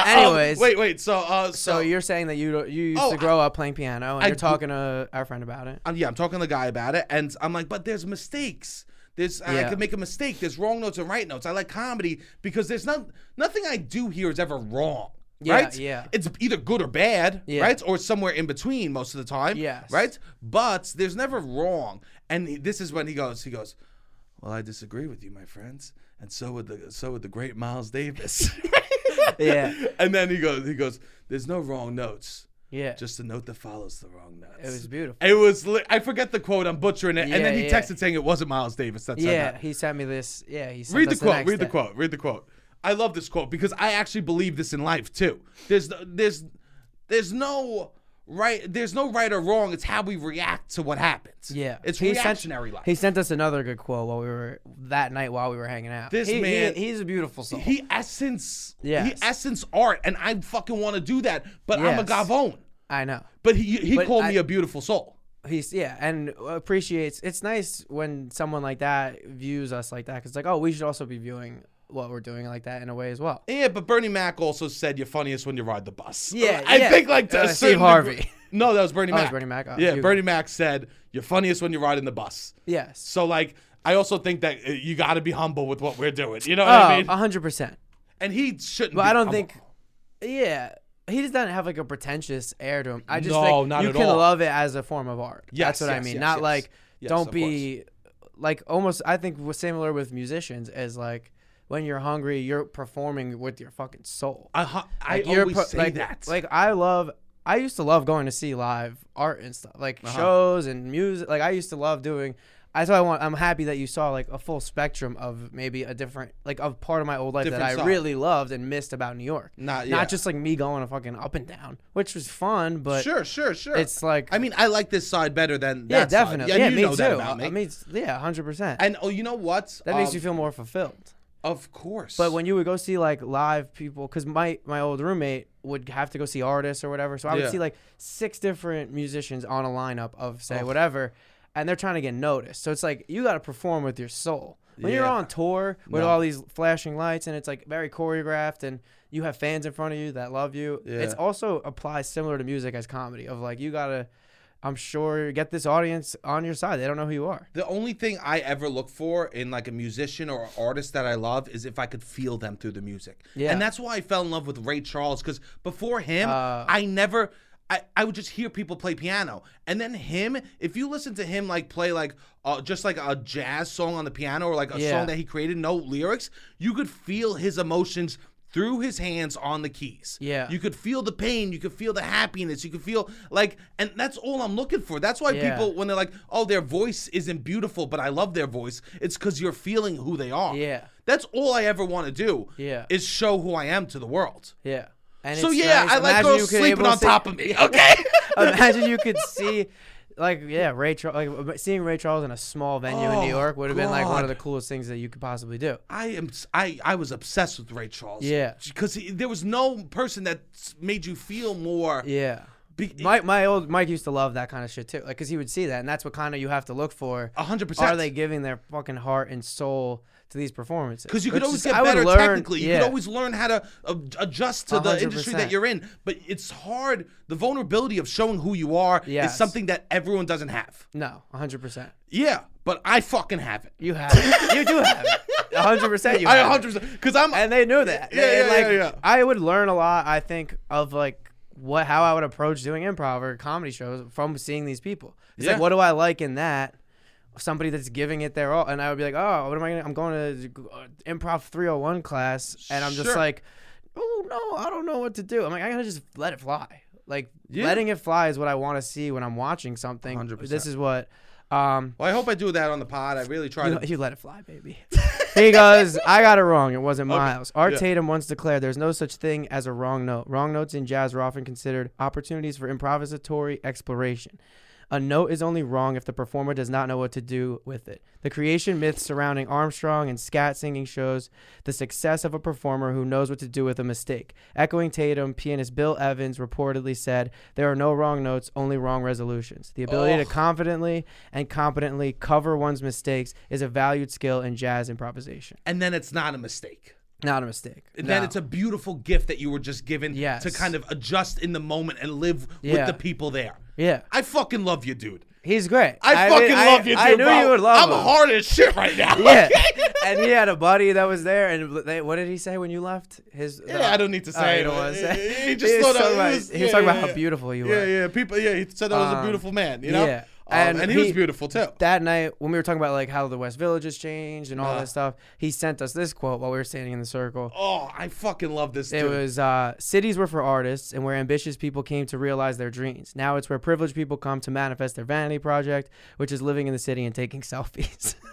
S2: Anyways,
S1: Um, wait, wait. So, uh, so,
S2: So you're saying that you don't- you used
S1: Oh,
S2: to grow up playing piano, and
S1: I
S2: you're
S1: gr-
S2: talking to our friend about it.
S1: um, yeah, I'm talking to the guy about it, and I'm like, but there's mistakes. There's I
S2: Yeah.
S1: can make a mistake. There's wrong notes and right notes. I like comedy because there's not nothing I do here is ever wrong.
S2: Yeah,
S1: right?
S2: yeah.
S1: It's either good or bad,
S2: Yeah.
S1: right? Or somewhere in between most of the time.
S2: Yes.
S1: Right? But there's never wrong. And he- this is when he goes, he goes, Well, I disagree with you, my friends. And so would the so would the great Miles Davis.
S2: Yeah.
S1: And then he goes, he goes, There's no wrong notes.
S2: Yeah,
S1: Just the note that follows the wrong notes.
S2: it was beautiful.
S1: It was. Li- I forget the quote. I'm butchering it. and then
S2: Yeah,
S1: he
S2: yeah.
S1: texted saying it wasn't Miles Davis that said
S2: Yeah,
S1: that.
S2: he sent me this. Yeah, he sent
S1: Read the
S2: us
S1: quote.
S2: next
S1: Read the
S2: day.
S1: quote. Read the quote. I love this quote because I actually believe this in life too. There's no- there's there's no right there's no right or wrong. It's how we react to what happens.
S2: Yeah,
S1: it's
S2: He sent-
S1: reactionary life.
S2: He sent us another good quote while we were that night while we were hanging out.
S1: This
S2: He- he-
S1: man-
S2: he's a beautiful soul.
S1: he essence he
S2: Yes.
S1: essence art, and I fucking want to do that. But I'm a
S2: Yes.
S1: gavone.
S2: I know.
S1: But he he
S2: But
S1: called
S2: I-
S1: me a beautiful soul.
S2: He's yeah, and appreciates. It's nice when someone like that views us like that because like oh we should also be viewing what we're doing like that in a way as well.
S1: Yeah, but Bernie Mac also said you're funniest when you ride the bus.
S2: Yeah,
S1: I
S2: yeah.
S1: think like to
S2: Uh,
S1: a
S2: Steve
S1: certain
S2: Harvey.
S1: degree- No, that was Bernie
S2: Oh, it
S1: Mac.
S2: was Bernie Mac. Oh,
S1: yeah,
S2: you-
S1: Bernie Mac said you're funniest when you're riding the bus.
S2: Yes.
S1: So like, I also think that uh, you got to be humble with what we're doing. You know
S2: Oh,
S1: what I mean?
S2: hundred percent.
S1: and he shouldn't.
S2: But
S1: be
S2: I don't
S1: humble.
S2: think. Yeah, he just doesn't have like a pretentious air to him. I just
S1: No,
S2: think
S1: not
S2: you
S1: at
S2: can
S1: all.
S2: love it as a form of art.
S1: Yes,
S2: that's what I
S1: yes,
S2: mean.
S1: yes,
S2: Not
S1: yes.
S2: like
S1: Yes, of
S2: don't be like almost. I think what's similar with musicians is like when you're hungry, you're performing with your fucking soul.
S1: I, hu- I
S2: Like,
S1: always
S2: pro-
S1: say
S2: like,
S1: that.
S2: Like I love. I used to love going to see live art and stuff, like
S1: Uh-huh.
S2: shows and music. Like I used to love doing. That's why I want. I'm happy that you saw like a full spectrum of maybe a different, like of part of my old life that I
S1: Different side.
S2: really loved and missed about New York.
S1: Not- yeah.
S2: not just like me going a fucking up and down, which was fun, but
S1: sure, sure, sure.
S2: it's like
S1: I mean, I like this side better than
S2: yeah,
S1: that side.
S2: definitely,
S1: and
S2: yeah,
S1: you
S2: me
S1: know
S2: too.
S1: that about me.
S2: I mean, it's- yeah, hundred percent.
S1: and oh, you know what?
S2: That makes
S1: Um,
S2: you feel more fulfilled.
S1: Of course.
S2: But when you would go see like live people, because my my old roommate would have to go see artists or whatever, so I would
S1: Yeah.
S2: see like six different musicians on a lineup of say whatever, and they're trying to get noticed. So it's like you got to perform with your soul. When you're
S1: Yeah.
S2: on tour with
S1: No.
S2: all these flashing lights and it's like very choreographed and you have fans in front of you that love you, it's
S1: Yeah.
S2: also applies similar to music as comedy of like you gotta, I'm sure get this audience on your side. They don't know who you are.
S1: The only thing I ever look for in like a musician or an artist that I love is if I could feel them through the music.
S2: Yeah.
S1: And that's why I fell in love with Ray Charles because before him,
S2: Uh,
S1: I never. I, I would just hear people play piano, and then him. If you listen to him like play like uh, just like a jazz song on the piano or like a
S2: Yeah.
S1: song that he created, no lyrics, you could feel his emotions through his hands on the keys.
S2: Yeah.
S1: you could feel the pain, you could feel the happiness, you could feel like, and that's all I'm looking for. That's why
S2: Yeah.
S1: people when they're like, "Oh, their voice isn't beautiful, but I love their voice." It's because you're feeling who they are.
S2: Yeah.
S1: that's all I ever want to do.
S2: Yeah.
S1: is show who I am to the world.
S2: Yeah. And
S1: So
S2: it's
S1: yeah,
S2: nice.
S1: I like
S2: Imagine you
S1: girls
S2: could
S1: sleeping
S2: able
S1: on
S2: to-
S1: top of me. Okay.
S2: Imagine you could see, like, yeah, Ray Charles. Like, uh, seeing Ray Charles in a small venue in
S1: Oh,
S2: New York would have been like one
S1: God.
S2: of the coolest things that you could possibly do.
S1: I am. I I was obsessed with Ray Charles.
S2: Yeah.
S1: because there was no person that s- made you feel more.
S2: Yeah.
S1: be-
S2: Mike, my old Mike used to love that kind of shit too, like, cause he would see that, and that's what kind of you have to look for.
S1: A hundred percent.
S2: Are they giving their fucking heart and soul to these performances?
S1: Because you could
S2: Which
S1: always
S2: is-
S1: get
S2: I would
S1: better
S2: learn-
S1: technically. You
S2: yeah.
S1: could always learn how to uh, adjust to the industry that
S2: 100%.
S1: you're in. But it's hard. The vulnerability of showing who you are is
S2: Yes.
S1: something that everyone doesn't have.
S2: No, hundred percent.
S1: Yeah, but I fucking have it.
S2: You have it. You do have it. hundred percent. You.
S1: I
S2: have it.
S1: 100% because I'm
S2: and they knew that.
S1: Yeah, yeah,
S2: And, like,
S1: yeah, yeah.
S2: I would learn a lot. I think of like what how I would approach doing improv or comedy shows from seeing these people. It's
S1: Yeah.
S2: like, what do I like in that? Somebody that's giving it their all, and I would be like, oh, what am I gonna? I'm going to uh, improv 301 class, and I'm just
S1: Sure.
S2: like, oh no, I don't know what to do. I'm like, I gotta just let it fly. Like
S1: Yeah.
S2: letting it fly is what I want to see when I'm watching something.
S1: 100%.
S2: This is what. Um,
S1: Well, I hope I do that on the pod. I really try
S2: you,
S1: to.
S2: you let it fly, baby. he goes, I got it wrong. It wasn't Miles. Art
S1: yeah.
S2: Tatum once declared there's no such thing as a wrong note. Wrong notes in jazz are often considered opportunities for improvisatory exploration. A note is only wrong if the performer does not know what to do with it. The creation myth surrounding Armstrong and scat singing shows the success of a performer who knows what to do with a mistake. Echoing Tatum, pianist Bill Evans reportedly said, There are no wrong notes, only wrong resolutions. The ability to
S1: Ugh.
S2: confidently and competently cover one's mistakes is a valued skill in jazz improvisation.
S1: And then it's not a mistake.
S2: Not a mistake.
S1: And then
S2: No.
S1: it's a beautiful gift that you were just given
S2: Yes.
S1: to kind of adjust in the moment and live with
S2: Yeah.
S1: the people there.
S2: yeah.
S1: I fucking love you, dude.
S2: He's great.
S1: I,
S2: mean,
S1: fucking
S2: I-
S1: love you, dude.
S2: I knew
S1: bro.
S2: you would love
S1: I'm
S2: him.
S1: hard as shit right now.
S2: Yeah.
S1: okay?
S2: and he had a buddy that was there. And they, what did he say when you left? His
S1: Yeah, I don't need to
S2: Oh,
S1: say.
S2: you don't
S1: it.
S2: want to say.
S1: He- He just
S2: was
S1: thought I
S2: talking about,
S1: was-
S2: he was
S1: yeah,
S2: talking
S1: yeah,
S2: about
S1: yeah.
S2: how beautiful you
S1: Yeah,
S2: were.
S1: yeah. People. Yeah, he said I was a
S2: Um,
S1: beautiful man. You know.
S2: yeah.
S1: Um, and,
S2: And
S1: he, was
S2: he-
S1: beautiful too.
S2: That night, when we were talking about like how the West Village has changed and all that stuff, he sent us this quote while we were standing in the circle.
S1: Oh, I fucking love this
S2: It
S1: dude.
S2: was uh, cities were for artists and where ambitious people came to realize their dreams. Now it's where privileged people come to manifest their vanity project, which is living in the city and taking selfies.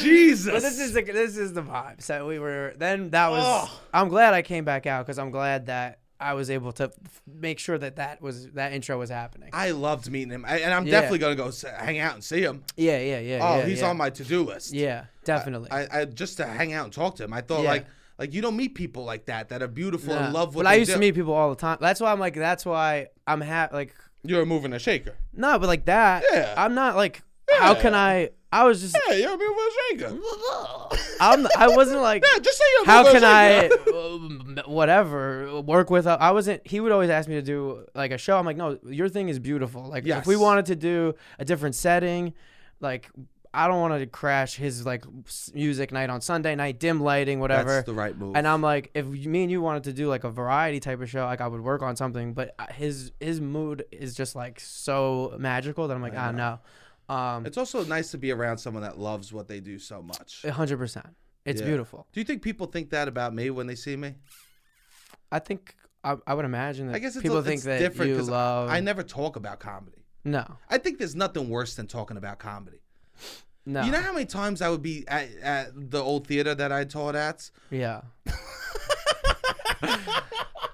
S1: Jesus.
S2: But this is the this is the vibe. So we were then that was.
S1: Ugh.
S2: I'm glad I came back out because I'm glad that I was able to f- make sure that that was that intro was happening.
S1: I loved meeting him, I, and I'm
S2: Yeah.
S1: definitely gonna go s- hang out and see him.
S2: yeah, yeah, yeah.
S1: Oh,
S2: yeah,
S1: he's
S2: yeah.
S1: on my to-do list.
S2: Yeah, definitely.
S1: I, I just to hang out and talk to him. I thought
S2: Yeah.
S1: like like you don't meet people like that that are beautiful
S2: Yeah.
S1: and love what
S2: but I
S1: they
S2: used
S1: do.
S2: to meet people all the time. That's why I'm like. That's why I'm ha- like
S1: You're moving a shaker.
S2: no, but like that.
S1: Yeah.
S2: I'm not like. How can I? I was just.
S1: Yeah, you're moving a shaker.
S2: I'm. I wasn't like.
S1: Yeah, just say you're
S2: How
S1: moving
S2: can
S1: a
S2: I,
S1: shaker.
S2: um, whatever, work with? I wasn't. He would always ask me to do like a show. I'm like, no, your thing is beautiful. Like, if we
S1: Yes.
S2: wanted to do a different setting, like, I don't want to crash his like s- music night on Sunday night, dim lighting, whatever.
S1: That's the right move.
S2: And I'm like, if you- me and you wanted to do like a variety type of show, like I would work on something. But uh, his his mood is just like so magical that I'm like, ah, no, um,
S1: It's also nice to be around someone that loves what they do so much.
S2: hundred percent, it's
S1: Yeah.
S2: beautiful.
S1: Do you think people think that about me when they see me?
S2: I think I, I would imagine that
S1: I guess it's,
S2: people
S1: a,
S2: think
S1: it's
S2: that
S1: different
S2: you
S1: 'cause I-
S2: love.
S1: I never talk about comedy.
S2: no,
S1: I think there's nothing worse than talking about comedy.
S2: no,
S1: You know how many times I would be at, at the old theater that I taught at?
S2: yeah.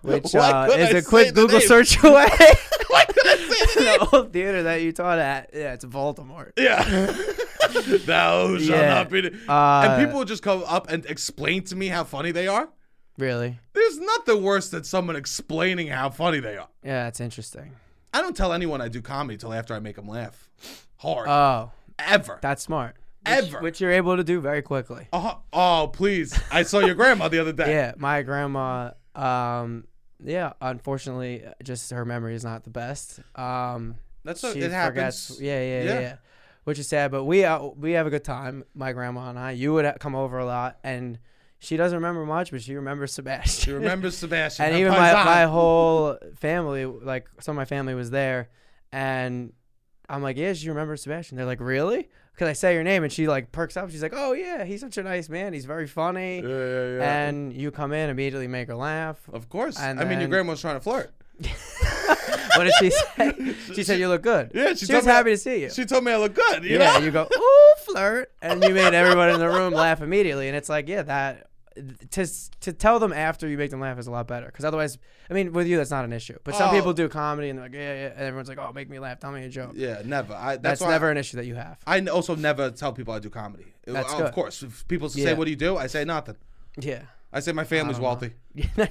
S2: Which
S1: Why
S2: uh,
S1: could I
S2: is a
S1: say
S2: quick
S1: the
S2: Google
S1: name?
S2: search away.
S1: Why could I say that?
S2: the old theater that you taught at, yeah, it's Baltimore.
S1: Yeah. Thou shalt
S2: Yeah.
S1: not be.
S2: Uh,
S1: and people would just come up and explain to me how funny they are.
S2: Uh, Really?
S1: There's nothing worse than someone explaining how funny they are.
S2: Yeah, that's interesting.
S1: I don't tell anyone I do comedy till after I make them laugh. Hard.
S2: Oh,
S1: Ever.
S2: that's smart. Which-
S1: Ever.
S2: which you're able to do very quickly.
S1: Uh-huh. Oh, please. I saw your grandma the other day.
S2: yeah, my grandma. Um, yeah, unfortunately, just her memory is not the best. Um,
S1: That's a-
S2: she
S1: it happens.
S2: forgets- Yeah, yeah,
S1: Yeah.
S2: yeah, yeah. Which is sad, but we uh, we have a good time. My grandma and I. You would ha- come over a lot, and she doesn't remember much, but she remembers Sebastian.
S1: She remembers Sebastian.
S2: and
S1: her
S2: even my,
S1: paisan.
S2: my whole family, like some of my family was there, and I'm like, yeah, she remembers Sebastian. They're like, really? Because I say your name, and she like perks up. She's like, oh yeah, he's such a nice man. He's very funny
S1: Yeah, yeah, yeah.
S2: and you come in immediately make her laugh.
S1: Of course.
S2: And
S1: I mean, your
S2: then-
S1: grandma's trying to flirt.
S2: What did she say? She said you look good.
S1: Yeah, she
S2: she,
S1: told
S2: was
S1: me I-
S2: happy to see you.
S1: She told me I look good. You
S2: yeah,
S1: know?
S2: you go ooh flirt, and you made everyone in the room laugh immediately, and it's like yeah that. To, to tell them after you make them laugh is a lot better because otherwise I mean with you that's not an issue but some
S1: Oh.
S2: people do comedy and they're like yeah yeah and everyone's like oh make me laugh tell me a joke
S1: yeah, never. I, that's
S2: that's,
S1: why
S2: never an issue that you have
S1: I n- also never tell people I do comedy. Uh,
S2: That's
S1: of
S2: good.
S1: course. If people say,
S2: Yeah.
S1: "What do you do?" I say nothing.
S2: yeah
S1: I say my family's wealthy.
S2: I'm,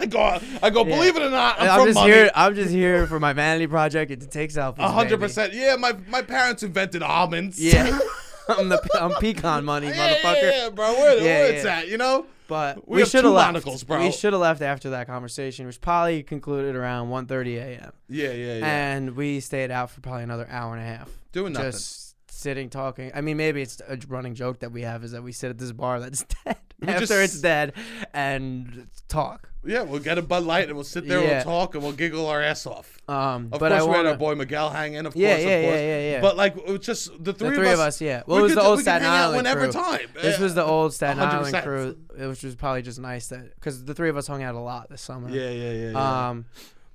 S1: I go. I go. Believe it or not, I'm, from
S2: just
S1: money.
S2: here I'm just here for my vanity project and to take selfies
S1: A hundred
S2: baby.
S1: percent. Yeah, my my parents invented almonds.
S2: yeah I'm the I'm pecan money
S1: Yeah, yeah,
S2: motherfucker
S1: yeah, bro. Where,
S2: Yeah,
S1: where it's
S2: yeah.
S1: at, you know?
S2: But
S1: We
S2: we,
S1: have
S2: should
S1: two
S2: have left.
S1: monocles, bro.
S2: We should have left after that conversation, which probably concluded around 1.30 a.m.
S1: Yeah, yeah, yeah.
S2: And we stayed out for probably another hour and a half.
S1: Doing nothing.
S2: Just sitting talking. I mean, maybe it's a running joke that we have is that we sit at this bar that's dead after
S1: just-
S2: it's dead and talk.
S1: Yeah, we'll get a Bud Light and we'll sit there,
S2: Yeah.
S1: we'll talk, and we'll giggle our ass off.
S2: Um,
S1: Of
S2: but
S1: course,
S2: I
S1: we had
S2: want
S1: our boy Miguel hang in. Of
S2: Yeah,
S1: course,
S2: yeah,
S1: of course.
S2: yeah, yeah, yeah.
S1: But like, it was just the three,
S2: the three of us. Yeah. Well,
S1: we
S2: it was
S1: could
S2: the
S1: do-
S2: old
S1: we could
S2: Staten
S1: hang out
S2: Island
S1: whenever
S2: crew.
S1: time.
S2: This
S1: Yeah.
S2: was the old Staten
S1: 100%.
S2: Island crew, which was probably just nice that because the three of us hung out a lot this summer.
S1: Yeah, yeah, yeah. yeah.
S2: Um,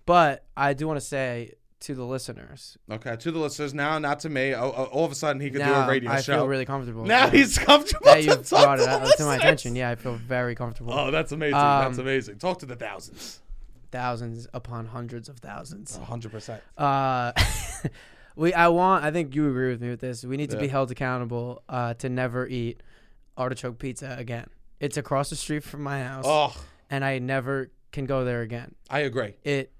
S2: but I do want to say to the listeners,
S1: okay, to the listeners now, not to me. Oh, oh, all of a sudden, he could do
S2: now
S1: a radio
S2: I
S1: show.
S2: feel really comfortable.
S1: now
S2: Yeah.
S1: he's comfortable
S2: that
S1: to
S2: you
S1: talk
S2: brought
S1: to
S2: it
S1: the
S2: up to my
S1: listeners.
S2: attention. Yeah, I feel very comfortable.
S1: Oh, that's amazing. that's
S2: Um,
S1: amazing. Talk to the thousands.
S2: Thousands upon hundreds of thousands.
S1: hundred percent.
S2: Uh, we I want I think you agree with me with this. We need to
S1: Yeah.
S2: be held accountable uh, to never eat artichoke pizza again. It's across the street from my house,
S1: Oh,
S2: and I never can go there again.
S1: I agree.
S2: It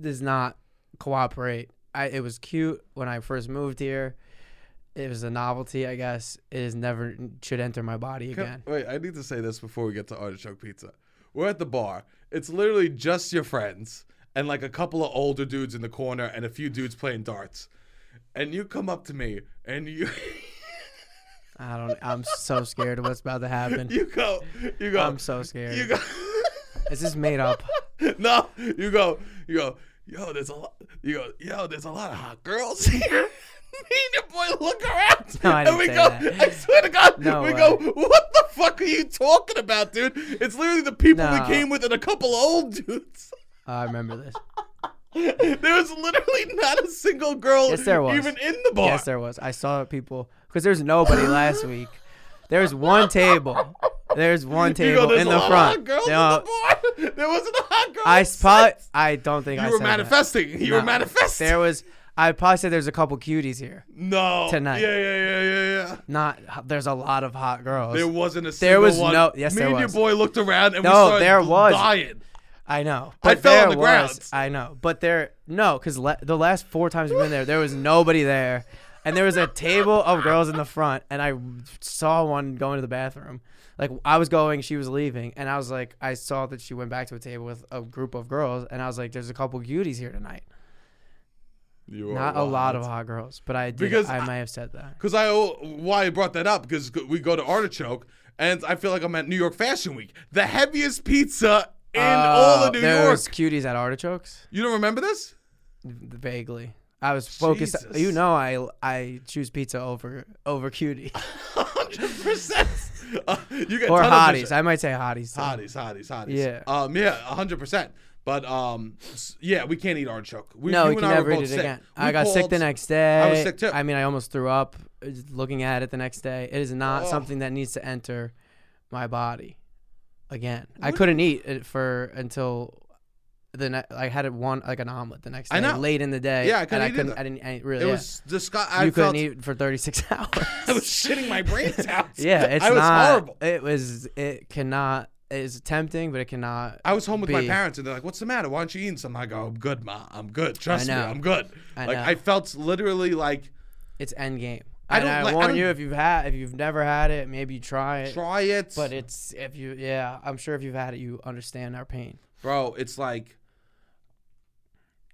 S2: does not cooperate. I it was cute when I first moved here. It was a novelty, I guess. It is never should enter my body
S1: Can-
S2: again.
S1: Wait, I need to say this before we get to artichoke pizza. We're at the bar. It's literally just your friends and like a couple of older dudes in the corner and a few dudes playing darts. And you come up to me and you
S2: I don't. I'm so scared of what's about to happen.
S1: you go you go
S2: I'm so scared.
S1: you go
S2: Is this made up?
S1: No, you go you go yo there's a lot you go yo there's a lot of hot girls here. Me and your boy look around
S2: No, I
S1: and
S2: didn't
S1: we
S2: say
S1: go
S2: that.
S1: I swear to god
S2: No
S1: we
S2: way.
S1: go what the fuck are you talking about dude? It's literally the people
S2: No.
S1: we came with and a couple of old dudes.
S2: I remember this.
S1: There was literally not a single girl
S2: Yes, there was.
S1: even in the bar.
S2: Yes, there was. I saw people because there's nobody last week. There's one table. There's one
S1: You go,
S2: table
S1: "There's
S2: in
S1: a
S2: the
S1: lot of
S2: front.
S1: hot girls
S2: No,
S1: in the bar. There wasn't a hot girl.
S2: I
S1: in
S2: probably.
S1: sight.
S2: I don't think I
S1: You were
S2: said
S1: manifesting. You
S2: That.
S1: were manifesting.
S2: There was. I probably said there's a couple cuties here.
S1: no.
S2: tonight.
S1: Yeah, yeah, yeah, yeah, yeah.
S2: Not. There's a lot of hot girls.
S1: There wasn't a single
S2: was
S1: one.
S2: no- yes,
S1: Me
S2: there
S1: and
S2: was.
S1: your boy looked around and we
S2: No,
S1: started
S2: there was.
S1: dying.
S2: I know.
S1: I
S2: But
S1: fell on
S2: there
S1: the
S2: was-
S1: ground.
S2: I know. But there, no, because le- the last four times we've been there, there was nobody there. And there was a table of girls in the front. And I saw one going to the bathroom. Like, I was going, she was leaving. And I was like, I saw that she went back to a table with a group of girls. And I was like, there's a couple cuties here tonight.
S1: You are
S2: Not a lot of hot girls. But I did.
S1: Because
S2: I,
S1: I-
S2: may have said that.
S1: Because I why I brought that up because we go to Artichoke and I feel like I'm at New York Fashion Week, the heaviest pizza in all
S2: Uh,
S1: of New
S2: there
S1: York.
S2: was cuties at Artichokes?
S1: You don't remember this?
S2: Vaguely. I was focused.
S1: Jesus.
S2: You know, I I choose pizza over over cutie
S1: hundred percent. You get
S2: or
S1: ton of
S2: hotties.
S1: vision.
S2: I might say hotties. Too.
S1: hotties, hotties, hotties.
S2: Yeah.
S1: Um. Yeah. hundred percent. But um. s- Yeah, we can't eat artichoke. We,
S2: No,
S1: you
S2: we
S1: and
S2: can
S1: I were
S2: never eat
S1: both
S2: it
S1: sick.
S2: again.
S1: We
S2: I got sick
S1: called-
S2: the next day.
S1: was sick too.
S2: I mean, I almost threw up uh, just looking at it the next day. It is not
S1: Oh.
S2: something that needs to enter my body again. I couldn't eat it for until the ne- I had it one like an omelet the next day,
S1: I know.
S2: late in the day.
S1: Yeah, I
S2: and
S1: couldn't eat
S2: I couldn't.
S1: either.
S2: I didn't I didn't really.
S1: It
S2: yeah.
S1: was disgusting. I
S2: you
S1: felt
S2: couldn't eat for thirty six hours.
S1: I was shitting my brains out.
S2: yeah, it's
S1: I was
S2: not.
S1: horrible.
S2: It was. It cannot. It is tempting, but it cannot.
S1: I was home with my
S2: be-
S1: parents and they're like, "What's the matter? Why aren't you eating something?" I go, "I'm good, ma. I'm good. Trust me,
S2: know.
S1: I'm good."
S2: I
S1: like
S2: know.
S1: I felt literally like
S2: It's end game.
S1: I
S2: I and
S1: don't
S2: I
S1: like- I
S2: warn
S1: don't-
S2: you if you've had if you've never had it, maybe you try it.
S1: try it,
S2: But it's if you yeah, I'm sure if you've had it, you understand our pain.
S1: bro, it's like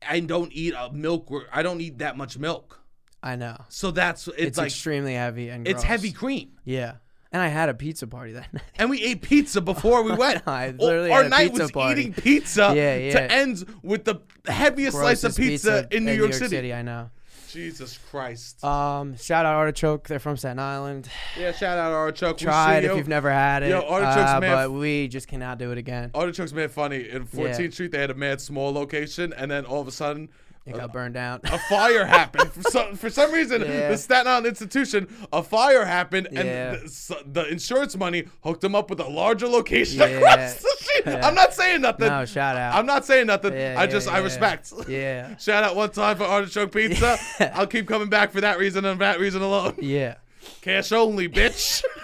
S1: I don't eat a milk. I don't eat that much milk,
S2: I know
S1: so that's it's,
S2: it's,
S1: like
S2: extremely heavy and
S1: it's
S2: gross.
S1: heavy cream.
S2: Yeah, and I had a pizza party that night.
S1: and we ate pizza before we went.
S2: I
S1: O-
S2: literally
S1: Our
S2: had a
S1: night
S2: pizza
S1: was
S2: party.
S1: eating pizza
S2: Yeah, yeah.
S1: to end with the heaviest slice of
S2: Grossest
S1: pizza, in New York, City.
S2: I know.
S1: Jesus Christ.
S2: Um, shout out Artichoke. They're from Staten Island.
S1: yeah, shout out Artichoke. We
S2: Try it
S1: see
S2: if
S1: you.
S2: you've never had it.
S1: Yo, Artichoke's
S2: uh,
S1: man- Oh,
S2: but we just cannot do it again.
S1: Artichoke's mad funny. In 14th
S2: Yeah.
S1: Street, they had a mad small location, and then all of a sudden,
S2: It
S1: uh,
S2: got burned down.
S1: a fire happened. For some, for some reason,
S2: Yeah.
S1: the Staten Island Institution, a fire happened, and
S2: Yeah.
S1: the, so- the insurance money hooked them up with a larger location
S2: Yeah.
S1: across the street.
S2: Yeah.
S1: I'm not saying nothing.
S2: no, shout out.
S1: I'm not saying nothing.
S2: Yeah,
S1: I
S2: yeah,
S1: just, I
S2: yeah.
S1: respect.
S2: Yeah.
S1: Shout out one time for artichoke pizza. I'll keep coming back for that reason and that reason alone.
S2: Yeah.
S1: Cash only, bitch.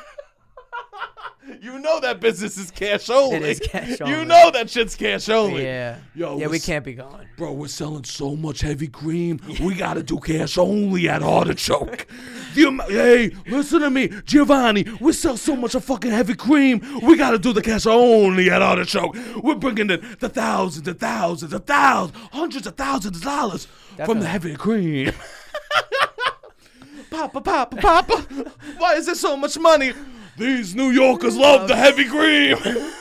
S1: you know that business is cash only.
S2: It is cash
S1: You
S2: only.
S1: know that shit's cash only.
S2: Yeah.
S1: Yo,
S2: yeah, we
S1: what's-
S2: can't be going.
S1: Bro, we're selling so much heavy cream. We gotta do cash only at Artichoke. The am- hey, listen to me, Giovanni. We sell so much of fucking heavy cream. We gotta do the cash only at Artichoke. We're bringing in the thousands and thousands and thousands, hundreds of thousands of dollars from the
S2: Definitely.
S1: heavy cream. Papa, Papa, Papa, why is there so much money? These New Yorkers love the heavy cream.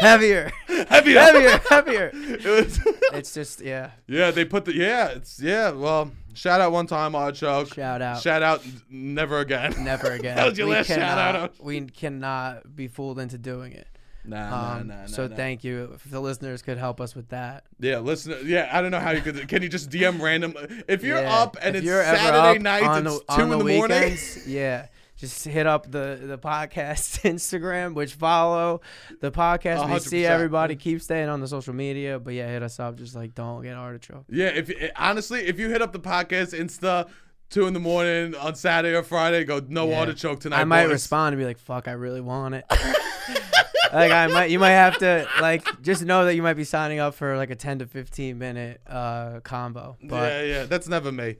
S2: heavier,
S1: heavier.
S2: heavier, heavier.
S1: It was-
S2: It's just yeah.
S1: yeah, they put the yeah, it's yeah. Well, shout out one time, Odd Choke.
S2: Shout out.
S1: Shout out, n- never again.
S2: Never again.
S1: that was your
S2: We
S1: last shout out.
S2: cannot- We cannot be fooled into doing it.
S1: Nah,
S2: Um,
S1: nah, nah, nah.
S2: so
S1: nah.
S2: thank you. If the listeners could help us with that.
S1: Yeah, listen. Yeah, I don't know how you could. Can you just DM random? If you're
S2: Yeah.
S1: up and
S2: If
S1: it's
S2: you're ever
S1: Saturday
S2: up
S1: night,
S2: on
S1: it's
S2: the-
S1: two
S2: on
S1: in the, morning.
S2: weekends, yeah. Just hit up the the podcast Instagram, which follow the podcast. We see
S1: 100%.
S2: everybody keep staying on the social media, but yeah, hit us up. Just like don't get artichoke.
S1: Yeah, if eh, honestly, if you hit up the podcast Insta two in the morning on Saturday or Friday, go no
S2: Yeah.
S1: artichoke tonight.
S2: I might
S1: boys."
S2: respond and be like, "Fuck, I really want it." like I might, you might have to like just know that you might be signing up for like a ten to fifteen minute uh combo. But
S1: yeah, yeah, that's never me.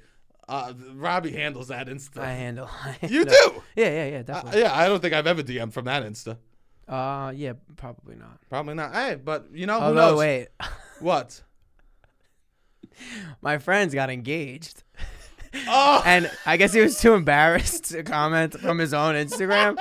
S1: Uh, Robbie handles that Insta.
S2: I handle. I
S1: you
S2: handle-
S1: do.
S2: Yeah, yeah, yeah,
S1: Uh,
S2: definitely.
S1: yeah, I don't think I've ever DM'd from that Insta.
S2: Uh, yeah, probably not.
S1: Probably not. Hey, but you know Oh, who
S2: Although
S1: knows
S2: wait,
S1: what?
S2: my friends got engaged.
S1: Oh,
S2: and I guess he was too embarrassed to comment from his own Instagram.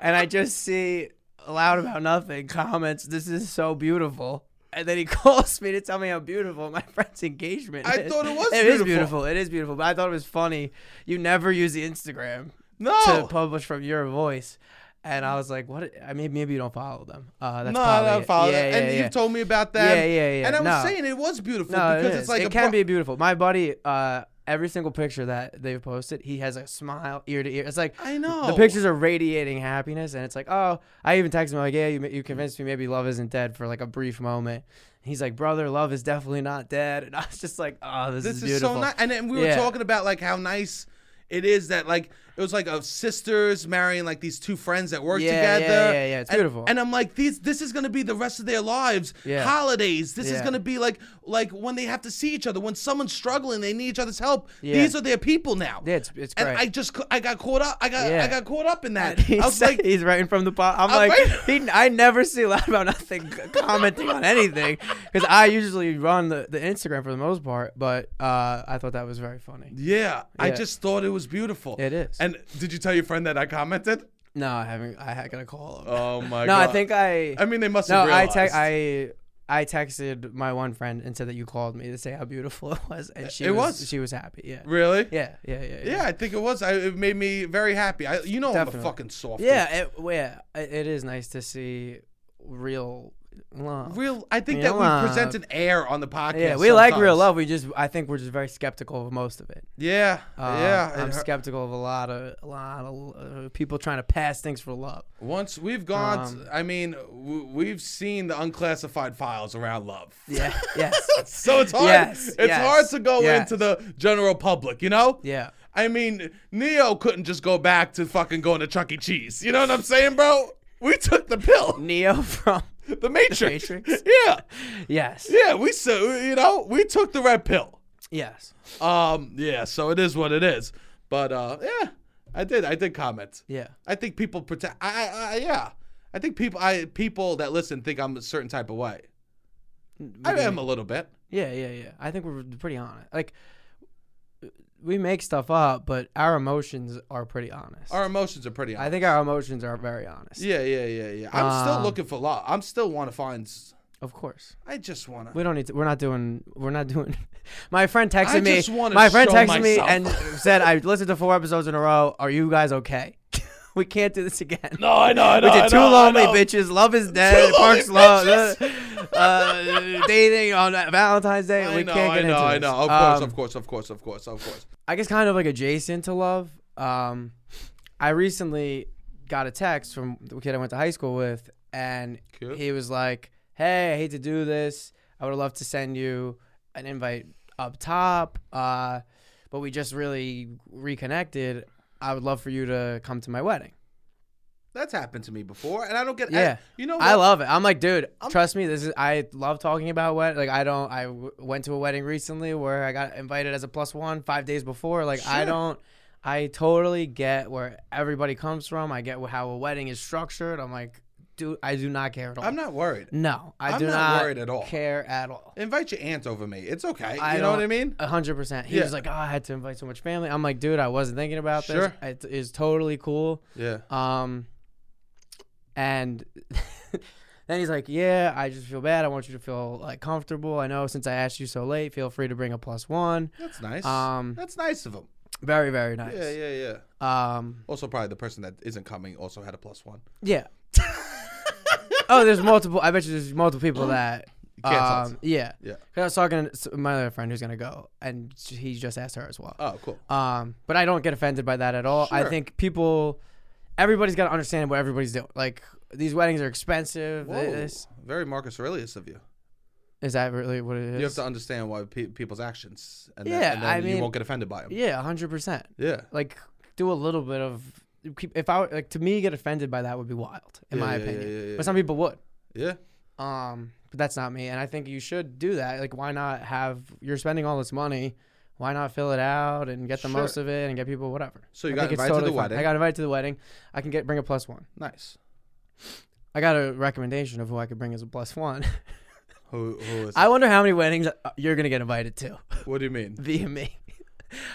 S2: And I just see loud about nothing comments. This is so beautiful. And then he calls me to tell me how beautiful my friend's engagement
S1: I
S2: is.
S1: thought it was
S2: It is
S1: beautiful.
S2: beautiful. It is beautiful. But I thought it was funny. You never use the Instagram to
S1: no.
S2: publish from your voice. And I was like, what? I mean, maybe you don't follow them. Uh, that's
S1: No, I
S2: probably
S1: don't
S2: it.
S1: follow
S2: Yeah,
S1: that.
S2: yeah,
S1: and
S2: yeah.
S1: you've told me about that.
S2: Yeah, yeah, yeah.
S1: And I was
S2: No.
S1: saying it was beautiful
S2: No,
S1: because
S2: it
S1: it's
S2: is.
S1: like
S2: it
S1: a
S2: can
S1: pro-
S2: be beautiful. My buddy, uh, every single picture that they've posted, he has a smile ear to ear. It's like
S1: I know.
S2: the pictures are radiating happiness, and it's like, oh, I even texted him like, yeah, you you convinced me maybe love isn't dead for like a brief moment. He's like, brother, love is definitely not dead, and I was just like, oh, this,
S1: This
S2: is
S1: is,
S2: beautiful.
S1: so nice. And then we were
S2: Yeah.
S1: talking about like how nice it is that like it was like of sisters marrying like these two friends that work
S2: Yeah, yeah,
S1: together.
S2: yeah, yeah. It's
S1: And-
S2: beautiful.
S1: And I'm like, these this is gonna be the rest of their lives.
S2: Yeah.
S1: Holidays. This is
S2: Yeah.
S1: gonna be like like when they have to see each other, when someone's struggling, they need each other's help.
S2: Yeah.
S1: These are their people now.
S2: Yeah, it's- it's
S1: and
S2: great.
S1: I just c- I got caught up. I got I
S2: Yeah.
S1: got caught up in that. I
S2: He's,
S1: was like,
S2: he's writing from the bottom. I'm,
S1: I'm
S2: like,
S1: writing-
S2: he, I never see loud about nothing c- commenting on anything because I usually run the, the Instagram for the most part. But uh, I thought that was very funny.
S1: yeah, I
S2: Yeah.
S1: just thought it was beautiful.
S2: It is.
S1: And did you tell your friend that I commented?
S2: No, I haven't. I had gotta call him.
S1: Oh my
S2: no,
S1: god.
S2: I think I.
S1: I mean they must
S2: no,
S1: have
S2: I
S1: realized.
S2: te- I I texted my one friend and said that you called me to say how beautiful it was, and she
S1: It
S2: was,
S1: was.
S2: she was happy. Yeah.
S1: really?
S2: yeah, yeah, yeah, yeah.
S1: Yeah, I think it was. I, it made me very happy. I, you know, I'm a
S2: Definitely.
S1: fucking soft.
S2: Yeah, it, well, yeah. It, it is nice to see real love.
S1: real. I think
S2: You
S1: that
S2: know,
S1: we
S2: uh,
S1: present an air on the podcast.
S2: yeah, we like real
S1: sometimes.
S2: love. We just, I think, we're just very skeptical of most of it.
S1: Yeah,
S2: Uh,
S1: yeah.
S2: I'm
S1: it hurt.
S2: skeptical of a lot of a lot of uh, people trying to pass things for love.
S1: Once we've gone,
S2: Um,
S1: I mean, w- we've seen the unclassified files around love.
S2: Yeah. yes.
S1: So it's hard.
S2: Yes,
S1: it's
S2: yes,
S1: hard to go
S2: yes.
S1: into the general public. You know.
S2: Yeah.
S1: I mean, Neo couldn't just go back to fucking going to Chuck E. Cheese. You know what I'm saying, bro? We took the pill,
S2: Neo from.
S1: the Matrix.
S2: Matrix?
S1: Yeah,
S2: Yes.
S1: yeah. We so you know we took the red pill.
S2: Yes.
S1: Um, yeah, so it is what it is. But uh, yeah, I did. I did comment.
S2: Yeah.
S1: I think people pretend. I, I, I yeah. I think people. I people that listen think I'm a certain type of way. I am a little bit.
S2: Yeah, yeah, yeah. I think we're pretty honest. Like we make stuff up, but our emotions are pretty honest.
S1: Our emotions are pretty.
S2: I
S1: Honest.
S2: think our emotions are very honest.
S1: Yeah, yeah, yeah, yeah. I'm still
S2: Um,
S1: looking for love. I'm still want to find. s-
S2: Of course.
S1: I just want to.
S2: We don't need to we're not doing we're not doing My friend texted
S1: I
S2: me.
S1: just wanna
S2: my friend
S1: show
S2: texted me
S1: myself.
S2: and said I listened to four episodes in a row. Are you guys okay? we can't do this again.
S1: No, I know, I know.
S2: We did
S1: I
S2: two
S1: know, I
S2: lonely
S1: know.
S2: bitches. Love is dead.
S1: Two
S2: Parks
S1: lonely
S2: love. Uh, dating on Valentine's Day.
S1: I
S2: we
S1: know,
S2: can't
S1: I
S2: get
S1: know,
S2: into
S1: I
S2: this.
S1: know. Of course,
S2: Um,
S1: of course, of course, of course, of course.
S2: I guess kind of like adjacent to love. Um, I recently got a text from the kid I went to high school with, and
S1: Cute.
S2: he was like, "Hey, I hate to do this. I would have loved to send you an invite up top, uh, but we just really reconnected. I would love for you to come to my wedding."
S1: That's happened to me before, and I don't get.
S2: Yeah.
S1: I, you know. What?
S2: I love it. I'm like, dude, trust me. This is I love talking about wedding. Like, I don't. I w- went to a wedding recently where I got invited as a plus one five days before. Like, I
S1: Sure.
S2: don't. I totally get where everybody comes from. I get wh- how a wedding is structured. I'm like, do I do not care at all.
S1: I'm not worried.
S2: no, I
S1: I'm
S2: do
S1: not
S2: not
S1: worried at all.
S2: care at all.
S1: Invite your aunt over me. It's okay.
S2: I
S1: you know what
S2: don't-
S1: I mean?
S2: A hundred percent. He
S1: Yeah.
S2: was like, "Oh, I had to invite so much family." I'm like, "Dude, I wasn't thinking about
S1: Sure.
S2: this. It is totally cool."
S1: Yeah.
S2: Um, and then he's like, "Yeah, I just feel bad. I want you to feel like comfortable. I know since I asked you so late, feel free to bring a plus one."
S1: That's nice.
S2: Um,
S1: That's nice of him.
S2: Very, very nice.
S1: Yeah, yeah, yeah.
S2: Um,
S1: Also, probably the person that isn't coming also had a plus one.
S2: yeah. oh, there's multiple. I bet you there's multiple people that.
S1: Cancels.
S2: Um, yeah.
S1: Yeah.
S2: 'Cause I was talking to s- my other friend who's gonna go, and sh- he just asked her as well.
S1: Oh, cool.
S2: Um, but I don't get offended by that at all. I
S1: Sure.
S2: think people, everybody's got to understand what everybody's doing. Like these weddings are expensive.
S1: Whoa.
S2: This
S1: Very Marcus Aurelius of you.
S2: is that really what it is?
S1: You have to understand why pe- people's actions, and
S2: Yeah,
S1: then, and then
S2: I
S1: you
S2: mean-
S1: won't get offended by them.
S2: yeah, hundred percent.
S1: Yeah.
S2: Like do a little bit of. keep- If I were- like to me get offended by that would be wild in
S1: Yeah,
S2: my
S1: yeah,
S2: opinion.
S1: yeah, yeah, yeah.
S2: But some people would.
S1: Yeah.
S2: Um, but that's not me, and I think you should do that. Like, why not have you're spending all this money? Why not fill it out and get the
S1: Sure.
S2: most of it and get people whatever?
S1: So you
S2: I
S1: got
S2: think it's
S1: invited to the
S2: fine.
S1: wedding.
S2: I got invited to the wedding. I can get bring a plus one.
S1: Nice.
S2: I got a recommendation of who I could bring as a plus one.
S1: Who? Who is?
S2: I wonder how many weddings uh, you're gonna get invited to
S1: what do you mean?
S2: via me.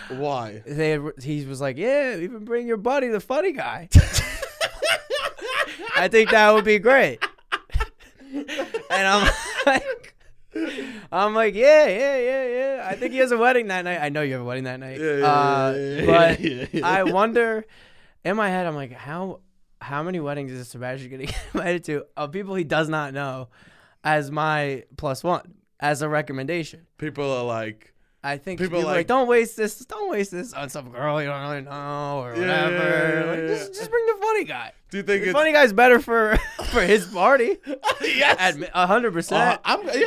S1: Why?
S2: They he was like, yeah, even bring your buddy, the funny guy. I think that would be great. and I'm like, I'm like, yeah, yeah, yeah, yeah. I think he has a wedding that night. I know you have a wedding that night.
S1: Yeah, yeah,
S2: uh,
S1: yeah, yeah,
S2: but
S1: yeah, yeah.
S2: I wonder. In my head, I'm like, how how many weddings is Sebastian gonna get invited to of people he does not know as my plus one as a recommendation?
S1: People are like.
S2: I think
S1: People
S2: people, are like,
S1: like-
S2: don't waste this, don't waste this on some girl you don't really know or whatever.
S1: yeah, yeah,
S2: Like,
S1: yeah,
S2: just,
S1: yeah.
S2: just bring the funny guy.
S1: Do you think
S2: The
S1: it's
S2: funny guy's better for for his party.
S1: yes?
S2: Admi- a hundred
S1: Uh,
S2: percent.
S1: I'm, yeah,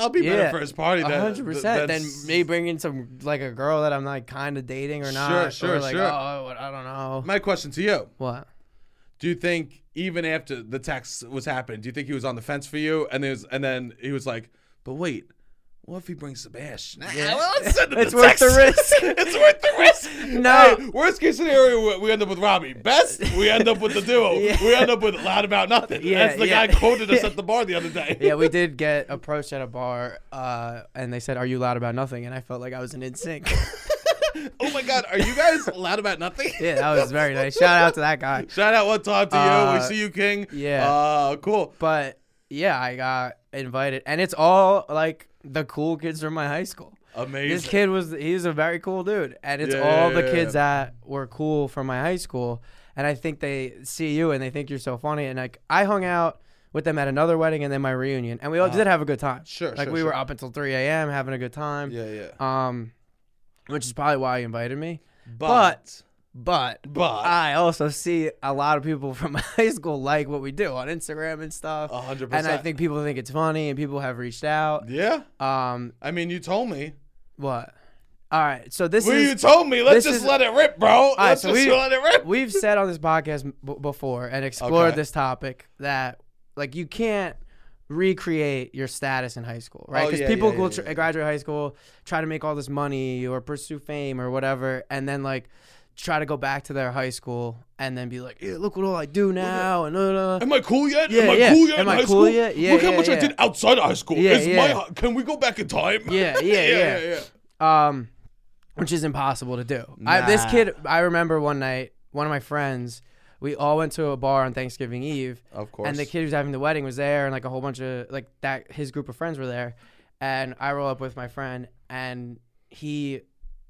S1: I'll be better
S2: Yeah.
S1: for his party.
S2: a
S1: than-
S2: hundred
S1: th-
S2: percent. Then
S1: that's-
S2: me bringing some like a girl that I'm like kind of dating or not.
S1: Sure,
S2: or,
S1: sure,
S2: like,
S1: sure.
S2: Oh, what- I don't know.
S1: My question to you:
S2: What?
S1: Do you think even after the text was happening, do you think he was on the fence for you? And there's and then he was like, "But wait, what if he brings Sebastian?
S2: Yeah.
S1: Ah, well, let's send him
S2: It's worth
S1: text.
S2: the risk.
S1: it's worth the risk.
S2: No.
S1: Hey, worst case scenario, we- we end up with Robbie. Best, we end up with the duo.
S2: Yeah.
S1: We end up with loud about nothing.
S2: Yeah,
S1: That's the
S2: yeah.
S1: guy quoted us at the bar the other day.
S2: Yeah, we did get approached at a bar, uh, and they said, "Are you loud about nothing?" And I felt like I was an in sync.
S1: oh my God, are you guys loud about nothing?
S2: yeah, that was very nice. Shout out to that guy.
S1: Shout out one time to you. We
S2: Uh,
S1: see you, King.
S2: yeah.
S1: Uh, cool.
S2: But yeah, I got invited, and it's all like the cool kids from my high school.
S1: Amazing.
S2: This kid was he's a very cool dude, and it's
S1: Yeah,
S2: all
S1: yeah,
S2: the
S1: yeah,
S2: kids that were cool from my high school, and I think they see you and they think you're so funny, and like I hung out. With them at another wedding and then my reunion, and we all did have a good time.
S1: Ah. Sure,
S2: like
S1: sure,
S2: we
S1: sure.
S2: were up until three a.m. having a good time.
S1: Yeah, yeah.
S2: Um, which is probably why you invited me.
S1: But,
S2: But
S1: but,
S2: I also see a lot of people from my high school like what we do on Instagram and stuff.
S1: A hundred
S2: And I
S1: percent.
S2: think people think it's funny, and people have reached out.
S1: yeah.
S2: Um,
S1: I mean, you told me.
S2: what? All right. So this
S1: Well,
S2: is
S1: you told me. Let's
S2: this
S1: just
S2: is-
S1: let it rip, bro.
S2: right,
S1: Let's
S2: so
S1: just
S2: we-
S1: let it rip.
S2: we've said on this podcast b- before and explored
S1: Okay.
S2: this topic that like you can't recreate your status in high school, right?
S1: Oh,
S2: Because
S1: yeah,
S2: people
S1: yeah,
S2: will
S1: yeah,
S2: tr-
S1: yeah.
S2: graduate high school, try to make all this money or pursue fame or whatever, and then like try to go back to their high school and then be like, yeah, look what all I do now and uh, blah, blah, blah.
S1: Am I cool yet?
S2: Yeah,
S1: Am I
S2: yeah.
S1: cool yet
S2: Am
S1: in
S2: I
S1: high
S2: cool
S1: school?
S2: yet? Yeah,
S1: Look how
S2: yeah,
S1: much I
S2: yeah.
S1: did outside of high school.
S2: Yeah,
S1: Is my
S2: yeah.
S1: hi- can we go back in time?
S2: Yeah, yeah,
S1: yeah,
S2: yeah.
S1: yeah.
S2: um, which is impossible to do. I, this
S1: Nah.
S2: kid, I remember one night, one of my friends, we all went to a bar on Thanksgiving Eve.
S1: Of course.
S2: And the kid who's having the wedding was there, and like a whole bunch of like that his group of friends were there, and I roll up with my friend, and he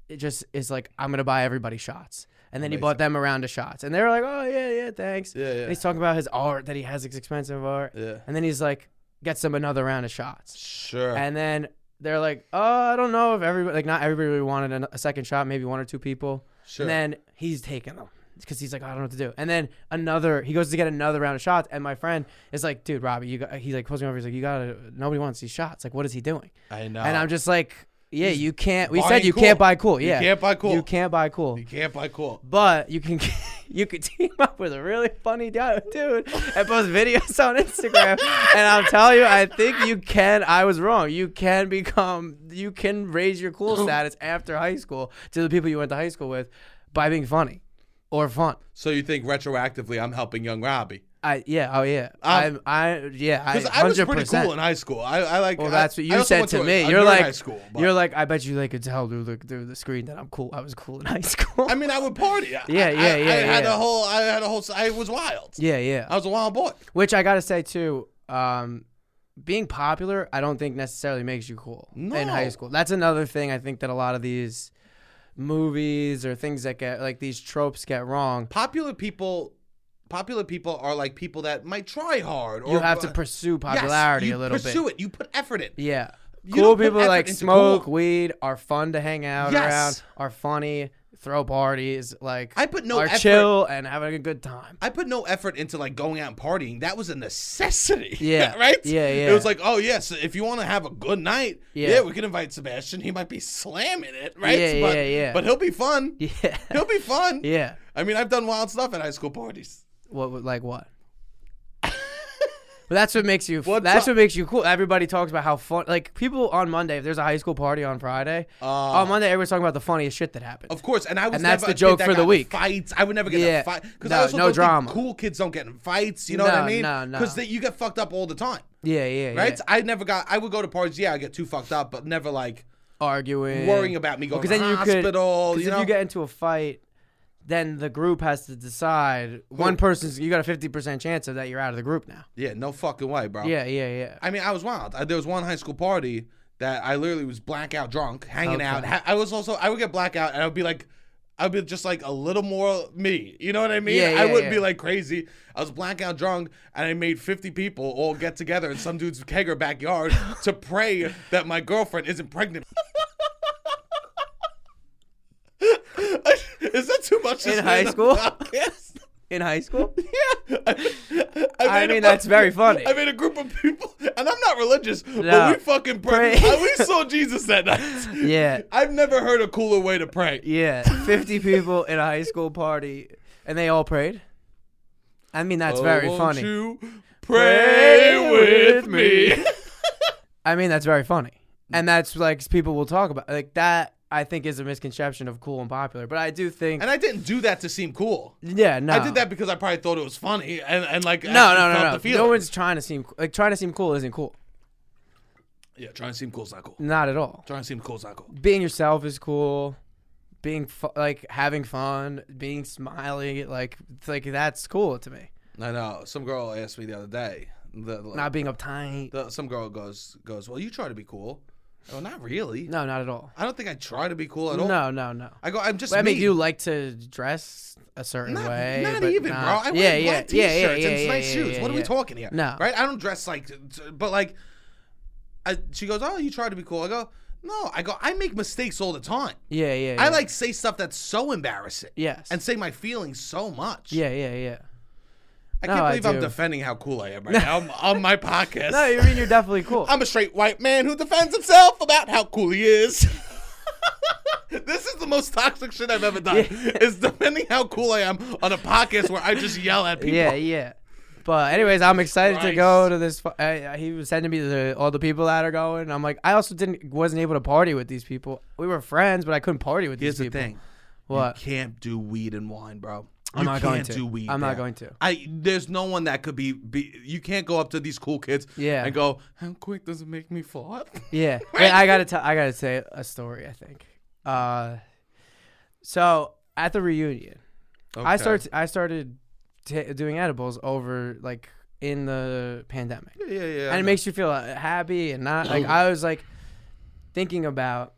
S2: it just is like, I'm gonna buy everybody shots. And then he bought them a round of shots, and they were like, "Oh yeah, yeah, thanks."
S1: Yeah, yeah.
S2: And he's talking about his art that he has, his expensive art.
S1: Yeah.
S2: And then he's like, gets them another round of shots.
S1: Sure.
S2: And then they're like, oh, I don't know if everybody, like, not everybody really wanted an- a second shot, maybe one or two people.
S1: Sure.
S2: And then he's taking them because he's like, I don't know what to do. And then another, he goes to get another round of shots. And my friend is like, dude, Robbie, you got, he like pulls me over. He's like, you gotta, nobody wants these shots. Like, what is he doing?
S1: I know.
S2: And I'm just like, yeah, you can't, we
S1: Uh-huh. buying
S2: said you
S1: cool.
S2: can't buy cool.
S1: You
S2: Yeah.
S1: can't buy cool.
S2: You can't buy cool.
S1: you can't buy cool.
S2: But you can you could team up with a really funny guy- dude and post videos on Instagram. and I'll tell you, I think you can. I was wrong. You can become you can raise your cool status after high school to the people you went to high school with by being funny or fun.
S1: So you think retroactively I'm helping young Robbie?
S2: I yeah oh yeah I'm I yeah I
S1: Ah. Because I was pretty
S2: 100%.
S1: cool in high school. I, I like.
S2: Well,
S1: I-
S2: that's what
S1: I
S2: you
S1: also
S2: said
S1: went
S2: to
S1: a-
S2: me.
S1: a
S2: you're
S1: nerd
S2: like,
S1: high school. but-
S2: you're like, I bet you they could tell through the, through the screen that I'm cool. I was cool in high school.
S1: I mean, I would party. I-
S2: Yeah,
S1: I-
S2: yeah,
S1: I,
S2: yeah,
S1: I had
S2: yeah.
S1: a whole. I had a whole. I was wild.
S2: yeah, yeah.
S1: I was a wild boy.
S2: Which I gotta say too, um, being popular, I don't think necessarily makes you cool in high
S1: No.
S2: school. That's another thing I think that a lot of these movies or things that get like these tropes get wrong.
S1: Popular people. Popular people are like people that might try hard. Or
S2: You have to pursue
S1: Yes,
S2: popularity
S1: you
S2: a little
S1: pursue
S2: bit.
S1: it. You put effort in.
S2: Yeah.
S1: You
S2: Cool
S1: don't put
S2: people
S1: effort
S2: like
S1: into
S2: smoke
S1: cool.
S2: weed, are fun to hang out
S1: Yes.
S2: around, are funny, throw parties, like
S1: I put no
S2: are
S1: effort.
S2: chill and having a good time.
S1: I put no effort into like going out and partying. That was a necessity.
S2: Yeah.
S1: right.
S2: Yeah,
S1: It was
S2: yeah.
S1: like, oh yes, if you want to have a good night,
S2: Yeah.
S1: yeah. we can invite Sebastian. He might be slamming it, right?
S2: Yeah,
S1: but,
S2: yeah, yeah.
S1: But he'll be fun.
S2: Yeah.
S1: He'll be fun.
S2: yeah.
S1: I mean, I've done wild stuff at high school parties.
S2: What would- like what? But that's what makes you.
S1: What's up?
S2: that's what makes you cool. Everybody talks about how fun. Like people on Monday, if there's a high school party on Friday, on Monday everyone's talking about the funniest shit that happened.
S1: Uh. Of course, and I was
S2: And that's
S1: never
S2: the
S1: a kid
S2: joke
S1: that
S2: for the
S1: got in
S2: week.
S1: Fights, I would never get in
S2: Yeah.
S1: a fight because
S2: No,
S1: I also
S2: no
S1: don't think
S2: drama.
S1: cool kids don't get in fights. You know what
S2: No,
S1: I mean?
S2: no, no.
S1: Because you get fucked up all the time,
S2: yeah, yeah,
S1: right?
S2: yeah.
S1: I never got. I would go to parties. Yeah, I get too fucked up, but never like
S2: Arguing,
S1: worrying about me going
S2: Because
S1: to
S2: then you
S1: hospital.
S2: could. 'cause
S1: you know,
S2: if you get into a fight, then the group has to decide. One person's. You got a fifty percent chance of that. You're out of the group now.
S1: yeah, no fucking way, bro.
S2: Yeah, yeah, yeah.
S1: I mean, I was wild. I, there was one high school party that I literally was blackout drunk, hanging out. Ha- I was also I would get blackout, and I would be like, I would be just like a little more me. You know what I mean?
S2: Yeah, yeah,
S1: I wouldn't be
S2: yeah.
S1: like crazy. I was blackout drunk, and I made fifty people all get together in some dude's kegger backyard to pray that my girlfriend isn't pregnant. Is that too much? to
S2: In
S1: say
S2: high
S1: the
S2: school?
S1: podcast?
S2: In high school.
S1: Yeah. I,
S2: I
S1: made a
S2: mean, that's
S1: fucking-
S2: very funny.
S1: I made a group of people, and I'm not religious,
S2: No.
S1: but we fucking prayed.
S2: Pray.
S1: we saw Jesus that night.
S2: Yeah.
S1: I've never heard a cooler way to pray.
S2: Yeah, 50 people in a high school party, and they all prayed. I mean, that's very
S1: Oh, won't
S2: funny.
S1: You pray, with me.
S2: I mean, that's very funny.
S1: Mm.
S2: And that's like people will talk about. Like, that I think is a misconception of cool and popular. But I do think.
S1: And I didn't do that to seem cool.
S2: yeah, no.
S1: I did that because I probably thought it was funny, and, and like
S2: No,
S1: actually
S2: no,
S1: felt
S2: no,
S1: The
S2: no.
S1: feeling.
S2: No one's trying to seem like trying to seem cool isn't cool.
S1: yeah, trying to seem cool is not cool.
S2: Not at all.
S1: Trying to seem cool is not cool.
S2: Being yourself is cool. Being fu- like having fun, being smiley, like it's like that's cool to me.
S1: I know. Some girl asked me the other day. The, like,
S2: Not being uptight.
S1: the, some girl goes goes. Well, you try to be cool. Oh, not really.
S2: No, not at all.
S1: I don't think I try to be cool at all.
S2: No, no, no.
S1: I go, I'm just.
S2: I mean,
S1: me.
S2: you like to dress a certain
S1: Not,
S2: way.
S1: not
S2: but
S1: even,
S2: not-
S1: bro. I
S2: yeah,
S1: wear
S2: yeah,
S1: black
S2: yeah,
S1: t-shirts
S2: yeah,
S1: and
S2: yeah,
S1: nice
S2: yeah,
S1: shoes.
S2: yeah,
S1: what are
S2: yeah.
S1: we talking here?
S2: No.
S1: right? I don't dress like, but like, I, she goes, "Oh, you try to be cool." I go, "No." I go, "I make mistakes all the time.
S2: Yeah, yeah, yeah.
S1: I like say stuff that's so embarrassing,
S2: Yes.
S1: and say my feelings so much.
S2: yeah, yeah, yeah.
S1: I
S2: No,
S1: can't
S2: I
S1: believe
S2: do.
S1: am defending how cool I am right now on- on my podcast.
S2: No, I mean you're definitely cool.
S1: I'm a straight white man who defends himself about how cool he is. this is the most toxic shit I've ever done. Is defending how cool I am on a podcast where I just yell at people.
S2: yeah, yeah. But anyways, I'm excited to go
S1: Christ.
S2: to this. fu- I, I- he was sending me the all the people that are going. I'm like, I also didn't wasn't able to party with these people. We were friends, but I couldn't party with
S1: Here's
S2: these
S1: the
S2: people.
S1: thing.
S2: What?
S1: You can't do weed and wine, bro.
S2: I'm
S1: You
S2: not
S1: can't
S2: going to.
S1: do weed.
S2: I'm not
S1: there.
S2: going to.
S1: I there's no one that could be, be you can't go up to these cool kids
S2: Yeah.
S1: and go, How quick does it make me flop?
S2: Yeah. Wait, I gotta tell. I gotta say a story. I think. Uh, so at the reunion, I
S1: Okay.
S2: started. I started t- doing edibles over like in the pandemic,
S1: Yeah, yeah, yeah.
S2: and it makes you feel uh, happy and not
S1: Oh.
S2: like I was like thinking about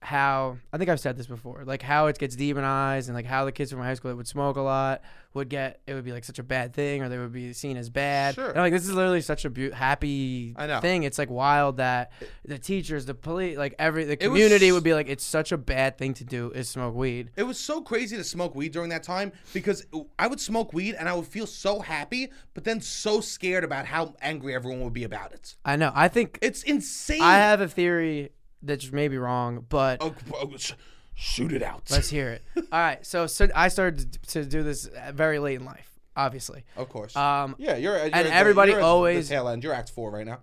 S2: how I think I've said this before, like how it gets demonized and like how the kids from my high school that would smoke a lot would get it would be like such a bad thing or they would be seen as bad.
S1: Sure.
S2: And I'm like this is literally such a beau happy
S1: I know.
S2: thing. It's like wild that the teachers, the police, like every the
S1: It was-
S2: community would be like it's such a bad thing to do is smoke weed.
S1: It was so crazy to smoke weed during that time because I would smoke weed and I would feel so happy, but then so scared about how angry everyone would be about it.
S2: I know. I think
S1: It's insane.
S2: I have a theory that's maybe wrong, but
S1: Oh, oh, sh- shoot it out.
S2: let's hear it. All right, so, so I started to do this very late in life, obviously.
S1: of course.
S2: Um,
S1: yeah, you're, you're
S2: and everybody
S1: you're at the
S2: always-
S1: tail end. You're act four right now.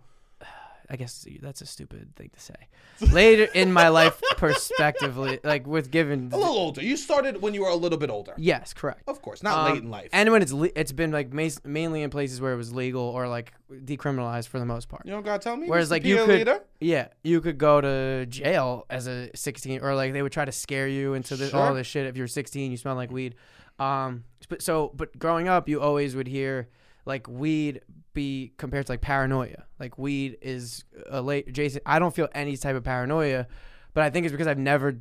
S2: I guess that's a stupid thing to say. Later in my life, perspectively, like with given.
S1: A little older. You started when you were a little bit older.
S2: Yes, correct.
S1: Of course, not
S2: Um,
S1: late in life.
S2: And when it's le- it's been like mas- mainly in places where it was legal or like decriminalized for the most part.
S1: you don't gotta tell me.
S2: Whereas
S1: Mr.
S2: like you
S1: PA
S2: could
S1: leader?
S2: yeah, you could go to jail as a 16 or like they would try to scare you into the, all
S1: Sure.
S2: this shit if you're 16, you smell like weed. Um but so but growing up you always would hear like weed be compared to like paranoia. Like weed is a late Jason I don't feel any type of paranoia, but I think it's because I've never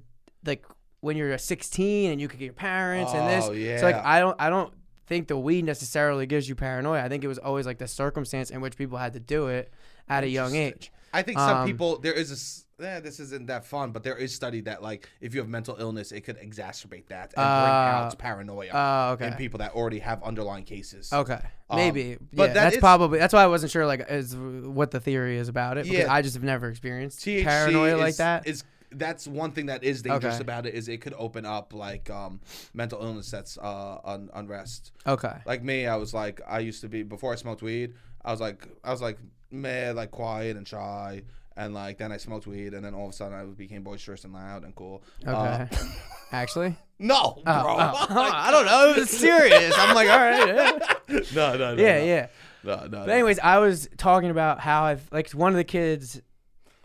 S2: like when you're 16 and you could get your parents and this
S1: Oh,
S2: so like
S1: yeah.
S2: I don't I don't think the weed necessarily gives you paranoia. I think it was always like the circumstance in which people had to do it at a young age.
S1: I think some
S2: Um,
S1: people there is a s- eh, this isn't that fun, but there is study that like if you have mental illness, it could exacerbate that and bring
S2: Uh,
S1: out paranoia
S2: Oh, okay. Oh,
S1: in people that already have underlying cases.
S2: Okay, maybe.
S1: but
S2: But
S1: that
S2: that's
S1: is-
S2: probably that's why I wasn't sure like is what the theory is about it because
S1: Yeah.
S2: I just have never experienced
S1: THC
S2: paranoia like
S1: is-
S2: that.
S1: is that's one thing that is dangerous
S2: Okay.
S1: about it is it could open up like um, mental illness that's uh, un- unrest.
S2: okay,
S1: Like me, I was like I used to be before I smoked weed. I was like I was like meh, like quiet and shy, and like then I smoked weed, and then all of a sudden I became boisterous and loud and cool. Uh,
S2: okay. Actually,
S1: no, bro.
S2: oh, I don't know. It was serious. I'm like, all right, yeah,
S1: no, no, no.
S2: yeah.
S1: no.
S2: yeah.
S1: No, no, no.
S2: But anyways, I was talking about how I've like one of the kids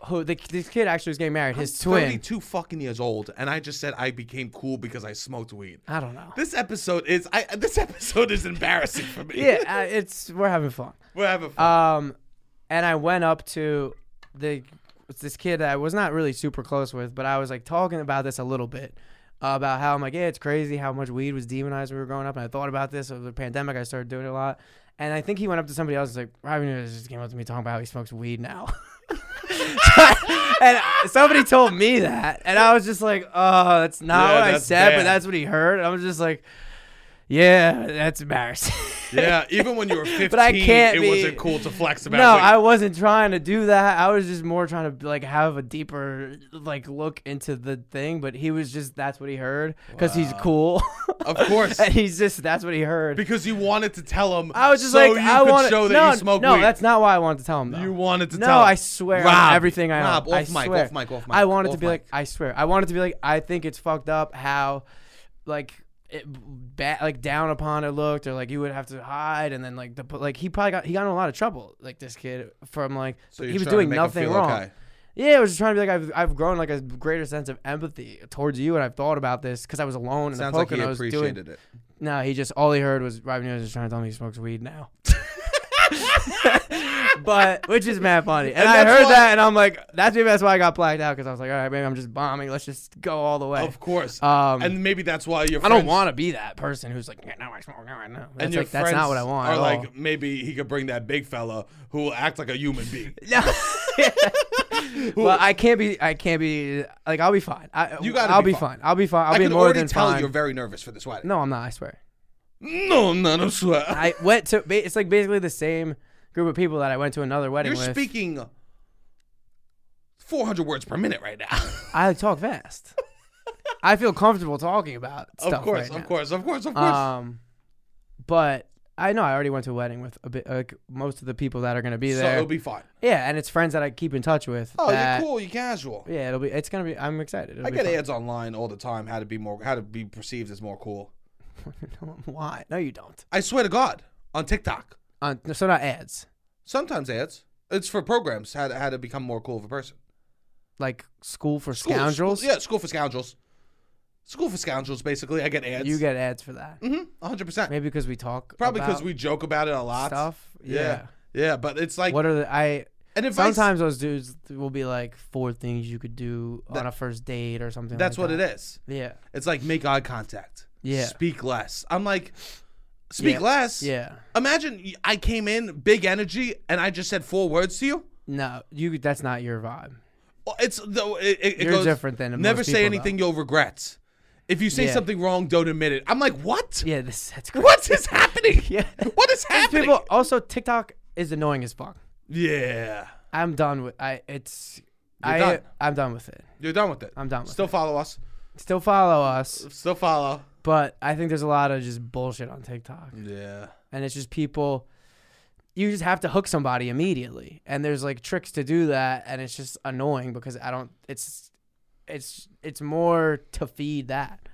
S2: who the, this kid actually was getting married. His twin.
S1: 32 fucking years old, and I just said I became cool because I smoked weed.
S2: I don't know.
S1: This episode is I. This episode is embarrassing for me.
S2: Yeah, uh, it's we're having fun.
S1: we're having fun.
S2: Um, and I went up to the it's this kid that I was not really super close with, but I was like talking about this a little bit uh, about how I'm like, yeah, it's crazy how much weed was demonized when we were growing up, and I thought about this over the pandemic. I started doing it a lot, and I think he went up to somebody else and was like, Robin Hood just came up to me talking about how he smokes weed now. and somebody told me that, and I was just like, "Oh, that's not
S1: Yeah,
S2: what I
S1: that's
S2: said," but
S1: bad.
S2: that's what he heard. And I was just like, "Yeah, that's embarrassing."
S1: yeah, even when you were 15,
S2: I can't
S1: it
S2: be-
S1: wasn't cool to flex about.
S2: No,
S1: weed.
S2: I wasn't trying to do that. I was just more trying to like have a deeper like look into the thing. But he was just that's what he heard because he's cool.
S1: Of course.
S2: and he's just that's what he heard.
S1: because you wanted to tell him.
S2: I was just
S1: so
S2: like,
S1: you
S2: I
S1: could
S2: want
S1: show that
S2: no,
S1: you smoke
S2: no,
S1: weed.
S2: that's not why I wanted to tell him. Though.
S1: you wanted to
S2: no,
S1: tell. him.
S2: I swear
S1: Rob,
S2: on everything I
S1: Rob,
S2: own.
S1: off
S2: I
S1: mic,
S2: swear.
S1: off mic, off mic.
S2: I wanted
S1: off
S2: to be
S1: mic.
S2: like, I swear, I wanted to be like, I think it's fucked up how, like, it ba- like down upon it looked, or like you would have to hide, and then like the po- like he probably got he got in a lot of trouble, like this kid from like
S1: So
S2: he
S1: you're
S2: was
S1: trying to
S2: doing
S1: make him
S2: nothing
S1: feel
S2: wrong.
S1: okay.
S2: Yeah, I was just trying to be like I've I've grown like a greater sense of empathy towards you, and I've thought about this because I was alone in
S1: Sounds
S2: the
S1: like
S2: poker
S1: he
S2: and I was doing.
S1: appreciated it.
S2: No, he just all he heard was Robin Hood is trying to tell me he smokes weed now. but which is mad funny, and,
S1: And
S2: I
S1: that's
S2: heard
S1: why-
S2: that, and I'm like, that's maybe that's why I got blacked out because I was like, all right, maybe I'm just bombing. Let's just go all the way.
S1: Of course.
S2: Um,
S1: and maybe that's why your
S2: I don't
S1: friends-
S2: want to be that person who's like, yeah, now I smoke, now I know. That's,
S1: And your
S2: like, that's not what I
S1: friends
S2: want.
S1: Or
S2: at
S1: like
S2: all.
S1: maybe he could bring that big fella who will act like a human being.
S2: no. well, I can't be. I can't be. Like, I'll be fine. I,
S1: You gotta
S2: I'll
S1: be
S2: be
S1: fine.
S2: fine. I'll be fine. I'll
S1: I
S2: be
S1: can
S2: more
S1: already
S2: than
S1: tell
S2: fine.
S1: you're very nervous for this wedding.
S2: No, I'm not. I swear.
S1: No, no, no, swear.
S2: I went to. It's like basically the same group of people that I went to another wedding
S1: you're
S2: with.
S1: speaking 400 words per minute right now.
S2: I talk fast. I feel comfortable talking about stuff.
S1: of course,
S2: right
S1: of
S2: now.
S1: course, of course, of course.
S2: Um, but I know I already went to a wedding with a bit like most of the people that are gonna be
S1: so
S2: there.
S1: it'll be fine.
S2: yeah, and it's friends that I keep in touch with.
S1: Oh,
S2: that-
S1: you're cool. You're casual.
S2: Yeah, it'll be. It's gonna be. I'm excited. It'll
S1: I
S2: be
S1: get
S2: fun.
S1: ads online all the time how to be more how to be perceived as more cool.
S2: Why? No, you don't.
S1: I swear to God, on TikTok,
S2: Uh, no, so not ads.
S1: sometimes ads. It's for programs how to, how to become more cool of a person.
S2: Like school for
S1: School-
S2: scoundrels.
S1: School, yeah, school for scoundrels. School for scoundrels. Basically, I get ads.
S2: You get ads for that.
S1: mm 100. percent
S2: Maybe because we talk.
S1: Probably because
S2: about
S1: we joke about it a lot.
S2: stuff.
S1: Yeah. yeah, But it's like,
S2: What are the I?
S1: and if I s-
S2: Sometimes those dudes will be like four things you could do on a first date or something.
S1: that's
S2: like
S1: what
S2: that.
S1: it is.
S2: Yeah.
S1: It's like make eye contact.
S2: Yeah.
S1: Speak less. I'm like, speak
S2: Yeah.
S1: less.
S2: Yeah.
S1: Imagine y- I came in big energy and I just said four words to you.
S2: No, you. That's not your vibe.
S1: Well, It's though it, it, it
S2: You're
S1: goes,
S2: different than most
S1: never say
S2: people,
S1: anything you'll regret. If you say
S2: Yeah.
S1: something wrong, don't admit it. I'm like, what?
S2: Yeah. This. That's crazy.
S1: What is happening?
S2: Yeah.
S1: What is happening?
S2: People also TikTok is annoying as fuck.
S1: yeah.
S2: I'm done with. I. It's. I.
S1: done.
S2: I'm done with it.
S1: You're done with it.
S2: I'm done with
S1: Still follow us.
S2: Still follow us,
S1: Still follow.
S2: but I think there's a lot of just bullshit on TikTok,
S1: Yeah.
S2: and it's just people. you just have to hook somebody immediately, and there's like tricks to do that, and it's just annoying because I don't. It's it's it's more to feed that.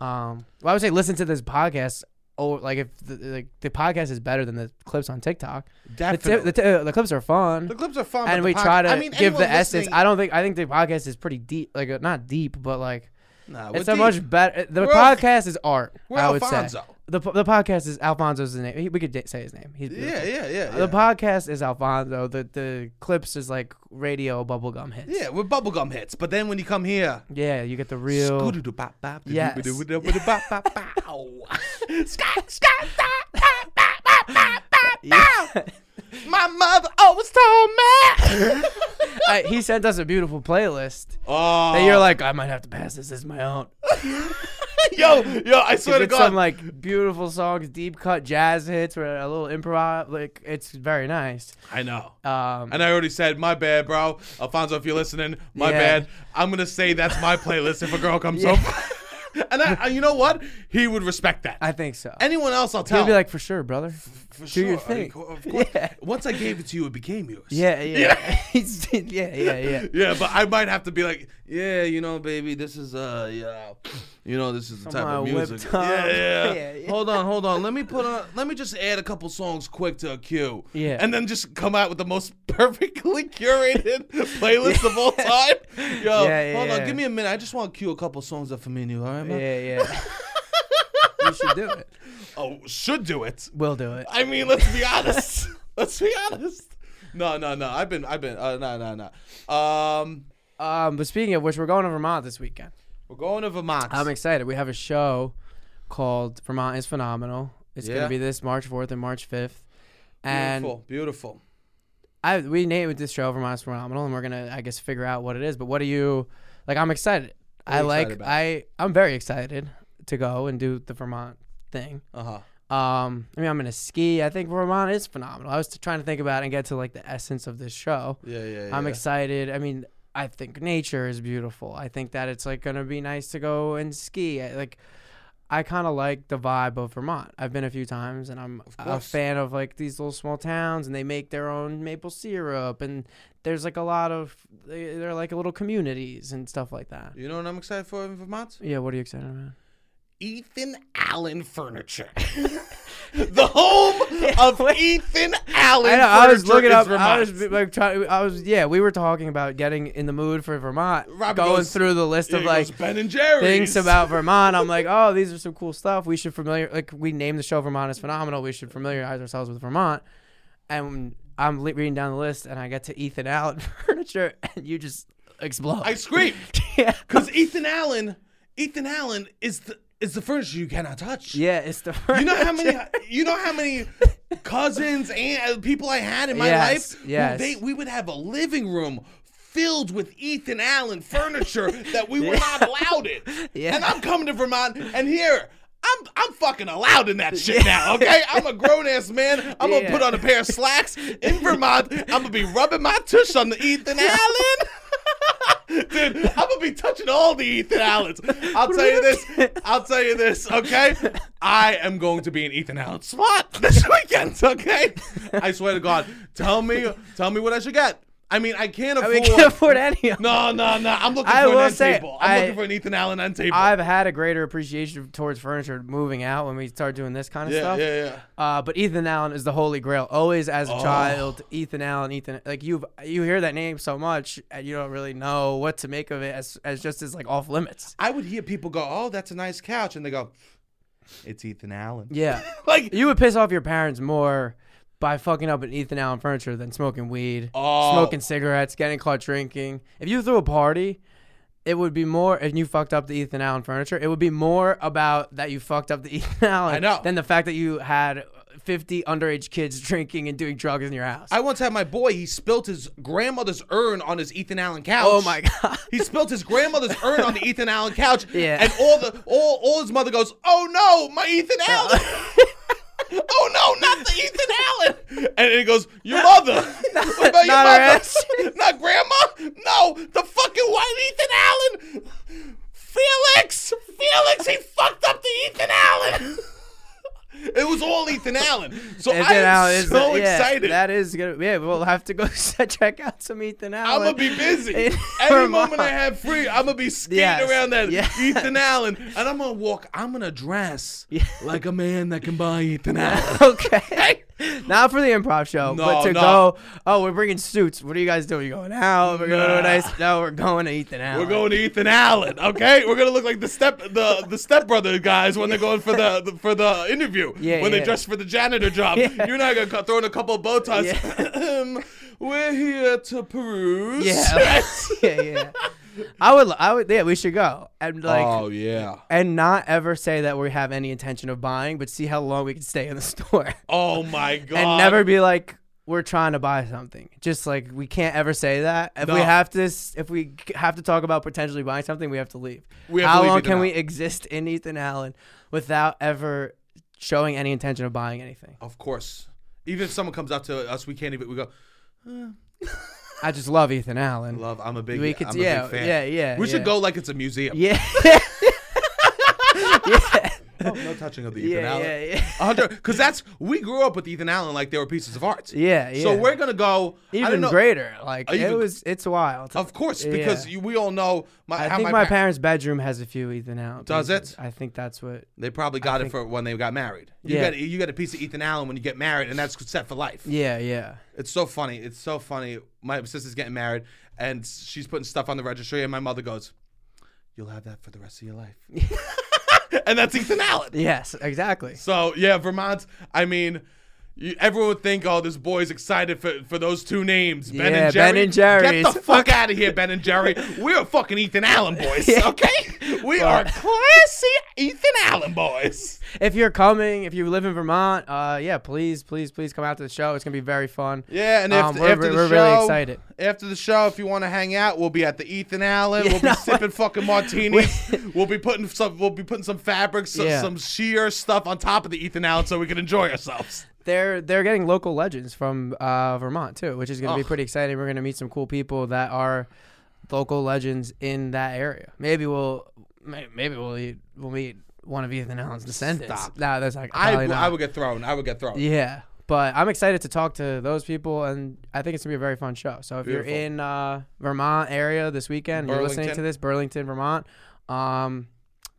S2: Um, well, I would say listen to this podcast. Oh, like if the, like the podcast is better than the clips on TikTok. The, ti-
S1: Definitely.
S2: the, ti- uh, the clips are fun,
S1: The clips are fun. but
S2: and
S1: the
S2: we
S1: pod-
S2: try to
S1: I mean,
S2: give
S1: anyone
S2: the essence.
S1: listening-
S2: I don't think I think the podcast is pretty deep, like uh, not deep, but like
S1: Nah,
S2: it's
S1: we're
S2: so
S1: deep.
S2: much better. The
S1: We're Alf-
S2: podcast is art.
S1: we're
S2: I would say
S1: Alfonso.
S2: the po- the podcast is Alfonso's the name. He- We could da- say his name. He's beautiful.
S1: Yeah, yeah, yeah.
S2: The
S1: yeah.
S2: podcast is Alfonso. The the clips is like radio bubblegum hits.
S1: Yeah, we're bubblegum hits. But then when you come here,
S2: Yeah, you get the real.
S1: Scoo-doo-doo-bop-bop,
S2: Yes.
S1: doo-doo-doo-doo-bop-bop-bow. Scat, scat, scat, bop, bop, bop, bop, bop, bow. My mother always told me.
S2: I- he sent us a beautiful playlist.
S1: Oh,
S2: And you're like, I might have to pass this as my own.
S1: yo, yo! I swear to
S2: It's some
S1: God,
S2: like beautiful songs, deep cut jazz hits, or a little improv. Like it's very nice.
S1: I know.
S2: Um,
S1: And I already said, my bad, bro. Alfonso, if you're listening, my
S2: Yeah.
S1: bad. I'm gonna say that's my playlist if a girl comes over. and I, I- you know what? He would respect that.
S2: I think so.
S1: Anyone else, I'll tell.
S2: He'll be like, for sure, brother.
S1: for
S2: do your
S1: I mean,
S2: thing.
S1: co- of course.
S2: Yeah.
S1: Once I gave it to you, it became yours.
S2: Yeah, yeah, He's- yeah, yeah, yeah.
S1: Yeah, but I might have to be like, yeah, you know, baby, this is uh, yeah, you know, this is the type
S2: on,
S1: of
S2: whip
S1: music.
S2: top.
S1: Yeah, yeah.
S2: Yeah, yeah.
S1: Hold on, hold on. Let me put on. Let me just add a couple songs quick to a queue.
S2: Yeah.
S1: and then just come out with the most perfectly curated playlist of all time. Yo,
S2: Yeah, yeah,
S1: hold on,
S2: yeah.
S1: give me a minute. I just want to cue a couple songs up for me and you. All right, man.
S2: Yeah, yeah. you should do it.
S1: Oh, should do it.
S2: We'll do it.
S1: I mean, let's be honest. let's be honest. No, no, no. I've been, I've been. Uh, no, no, no. Um,
S2: Um, but speaking of which, we're going to Vermont this weekend.
S1: we're going to Vermont.
S2: I'm excited. We have a show called Vermont is Phenomenal. It's
S1: Yeah.
S2: gonna be this March 4th and March 5th. And
S1: beautiful, beautiful.
S2: I we named this show Vermont is Phenomenal, and we're gonna I guess figure out what it is. But what do you like? I'm excited. I
S1: you
S2: like
S1: excited about?
S2: I I'm very excited to go and do the Vermont thing.
S1: Uh huh.
S2: Um, I mean, I'm gonna ski. I think Vermont is phenomenal. I was trying to think about it and get to like the essence of this show.
S1: Yeah, yeah, yeah.
S2: I'm excited. I mean, I think nature is beautiful. I think that it's like gonna be nice to go and ski. I, like, I kind of like the vibe of Vermont. I've been a few times, and I'm a
S1: course.
S2: fan of like these little small towns, and they make their own maple syrup, and there's like a lot of they- they're like little communities and stuff like that.
S1: You know what I'm excited for in Vermont?
S2: Yeah, what are you excited about?
S1: Ethan Allen Furniture. the home of Ethan Allen.
S2: I know. I was
S1: Furniture
S2: looking
S1: is
S2: up. I
S1: Vermont.
S2: was like trying. I was yeah. We were talking about getting in the mood for Vermont.
S1: Robert
S2: going
S1: goes-
S2: through the list
S1: Here
S2: of like
S1: goes Ben and Jerry's.
S2: things about Vermont. I'm like, oh, these are some cool stuff. We should familiar like we named the show Vermont is phenomenal. We should familiarize ourselves with Vermont. And I'm li- reading down the list, and I get to Ethan Allen furniture, and you just explode.
S1: I scream
S2: yeah,
S1: because Ethan Allen, Ethan Allen is the is the furniture you cannot touch.
S2: yeah, it's the
S1: You know how many you know how many cousins and uh, people I had in my
S2: Yes,
S1: life?
S2: yes.
S1: They we would have a living room filled with Ethan Allen furniture that we were not allowed in.
S2: Yeah.
S1: And I'm coming to Vermont and here I'm I'm fucking allowed in that shit now, okay? I'm a grown ass man. I'm gonna
S2: Yeah.
S1: put on a pair of slacks in Vermont. I'm gonna be rubbing my tush on the Ethan Allen. Dude, I'm gonna be touching all the Ethan Allens. I'll tell you this. I'll tell you this, okay? I am going to be an Ethan Allen spot this weekend, okay? I swear to God. Tell me, tell me what I should get. I mean, I can't afford.
S2: we can't afford any. of
S1: no, no, no. I'm looking
S2: I
S1: for
S2: will
S1: an end
S2: say,
S1: table. I'm
S2: I-
S1: looking for an Ethan Allen end table.
S2: I've had a greater appreciation towards furniture moving out when we start doing this kind of
S1: yeah,
S2: stuff.
S1: yeah, yeah.
S2: Uh, but Ethan Allen is the holy grail. Always as
S1: Oh.
S2: a child, Ethan Allen, Ethan, like you've you hear that name so much and you don't really know what to make of it as as just as like off limits.
S1: I would hear people go, "Oh, that's a nice couch," and they go, "It's Ethan Allen."
S2: Yeah,
S1: Like,
S2: you would piss off your parents more by fucking up an Ethan Allen furniture than smoking weed,
S1: Oh.
S2: smoking cigarettes, getting caught drinking. If you threw a party. It would be more, and you fucked up the Ethan Allen furniture. It would be more about that you fucked up the Ethan Allen
S1: I know.
S2: than the fact that you had 50 underage kids drinking and doing drugs in your house.
S1: I once had my boy. He spilt his grandmother's urn on his Ethan Allen couch.
S2: oh my God.
S1: He spilt his grandmother's urn on the Ethan Allen couch,
S2: Yeah.
S1: and all the all, all his mother goes, "Oh no, my Ethan
S2: Uh-huh.
S1: Allen! oh no, not the Ethan Allen!" And it goes, "Your mother, what about
S2: not
S1: your
S2: her
S1: mother?
S2: ass.
S1: not grandma? No, the fucking white Ethan Allen! Felix, Felix, he fucked up the Ethan Allen." It was all Ethan Allen. So
S2: And
S1: I
S2: then
S1: am
S2: Al is-
S1: so
S2: yeah,
S1: excited.
S2: That is gonna. Yeah, we'll have to go check out some Ethan
S1: I'm
S2: Allen.
S1: gonna be busy.
S2: in
S1: Every moment I
S2: Vermont.
S1: have free, I'm gonna be skating
S2: Yes.
S1: around that
S2: Yes.
S1: Ethan Allen, and I'm gonna walk. I'm gonna dress
S2: Yeah.
S1: like a man that can buy Ethan Allen.
S2: okay. Not for the improv show,
S1: No,
S2: but to
S1: no.
S2: go. Oh, we're bringing suits. What are you guys doing? You going out? We're going to a
S1: Nah.
S2: nice. No, we're going to Ethan Allen.
S1: We're going to Ethan Allen, okay? We're gonna look like the step the the stepbrother guys when they're going for the, the- for the interview.
S2: Yeah,
S1: when they
S2: yeah.
S1: dress for the janitor job.
S2: Yeah.
S1: You're not gonna cut- throw in a couple of bow ties. We're here to peruse.
S2: Yeah. yeah, yeah. I would. I would. Yeah, we should go and like
S1: oh yeah.
S2: and not ever say that we have any intention of buying, but see how long we can stay in the store
S1: Oh my god.
S2: and never be like we're trying to buy something. Just like we can't ever say that. If we
S1: No.
S2: have to, s- if we g- have to talk about potentially buying something, we have to leave.
S1: We have to
S2: how
S1: leave
S2: long
S1: Ethan
S2: can we
S1: Allen.
S2: exist in Ethan Allen without ever showing any intention of buying anything?
S1: Of course. Even if someone comes up to us, we can't even. We go,
S2: I just love Ethan Allen.
S1: love. I'm a big.
S2: We could-
S1: I'm
S2: yeah,
S1: a big fan.
S2: yeah, yeah,
S1: We
S2: yeah.
S1: should go like it's a museum.
S2: yeah. yeah.
S1: Oh, no touching of the Ethan
S2: Yeah,
S1: Allen.
S2: yeah, yeah.
S1: A hundred, because that's we grew up with Ethan Allen like they were pieces of art.
S2: Yeah, yeah.
S1: So we're gonna go I don't
S2: even
S1: know-
S2: greater. Like
S1: Are you
S2: it
S1: even-
S2: was, it's wild.
S1: Of course, because
S2: Yeah.
S1: you, we all know my.
S2: I
S1: how
S2: think
S1: my,
S2: my
S1: par-
S2: parents' bedroom has a few Ethan Allen.
S1: Does
S2: pieces.
S1: it?
S2: I think that's what.
S1: they probably got it for when they got married. You
S2: Yeah.
S1: got you got a piece of Ethan Allen when you get married, and that's set for life.
S2: Yeah, yeah.
S1: It's so funny. It's so funny. My sister's getting married, and she's putting stuff on the registry, and my mother goes, "You'll have that for the rest of your life." and that's Ethan Allen.
S2: Yes, exactly.
S1: So yeah, Vermont. I mean, you, everyone would think, oh, this boy's excited for, for those two names, Ben
S2: Yeah,
S1: and Jerry.
S2: Ben and Jerry's.
S1: Get the fuck out of here, Ben and Jerry. We're fucking Ethan Allen boys, okay? We are classy Ethan Allen boys.
S2: If you're coming, if you live in Vermont, uh, yeah, please, please, please come out to the show. It's gonna be very fun.
S1: Yeah, and after,
S2: Um, we're-
S1: after the
S2: we're
S1: show,
S2: really excited.
S1: After the show, if you want to hang out, we'll be at the Ethan Allen.
S2: Yeah,
S1: we'll be
S2: no,
S1: sipping fucking martinis. we'll be putting some. We'll be putting some fabrics, some,
S2: Yeah.
S1: some sheer stuff on top of the Ethan Allen, so we can enjoy ourselves.
S2: They're they're getting local legends from uh, Vermont too, which is gonna be
S1: Ugh.
S2: pretty exciting. We're gonna meet some cool people that are local legends in that area. Maybe we'll may- maybe we'll eat, we'll meet one of Ethan Allen's descendants.
S1: Stop.
S2: No, that's not.
S1: I,
S2: probably
S1: w-
S2: not.
S1: I would get thrown. I would get thrown.
S2: Yeah, but I'm excited to talk to those people, and I think it's gonna be a very fun show. So if
S1: Beautiful.
S2: you're in uh, Vermont area this weekend, you're listening
S1: Burlington.
S2: to this Burlington, Vermont, um,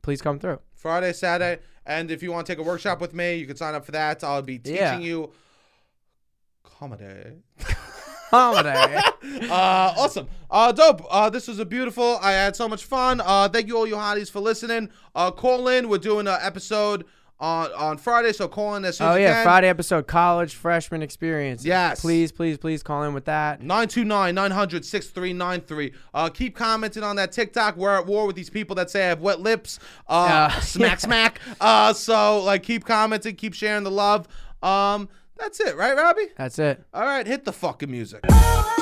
S2: please come through.
S1: Friday, Saturday. And if you want to take a workshop with me, you can sign up for that. I'll be teaching
S2: Yeah.
S1: you comedy.
S2: Holiday.
S1: uh, awesome. Uh, dope. Uh, this was a beautiful. I had so much fun. Uh, thank you all you hotties for listening. Uh, call in. We're doing an episode on on Friday, so call in as soon
S2: oh
S1: as you
S2: yeah,
S1: can.
S2: Friday episode, college freshman experience.
S1: Yes.
S2: Please, please, please call in with that.
S1: 929 900 6393. Uh, keep commenting on that TikTok. We're at war with these people that say I have wet lips. Uh,
S2: Uh,
S1: smack, smack. Uh, so, like, keep commenting, keep sharing the love. Um, that's it, right, Robbie?
S2: That's it.
S1: All right, hit the fucking music.
S3: Oh,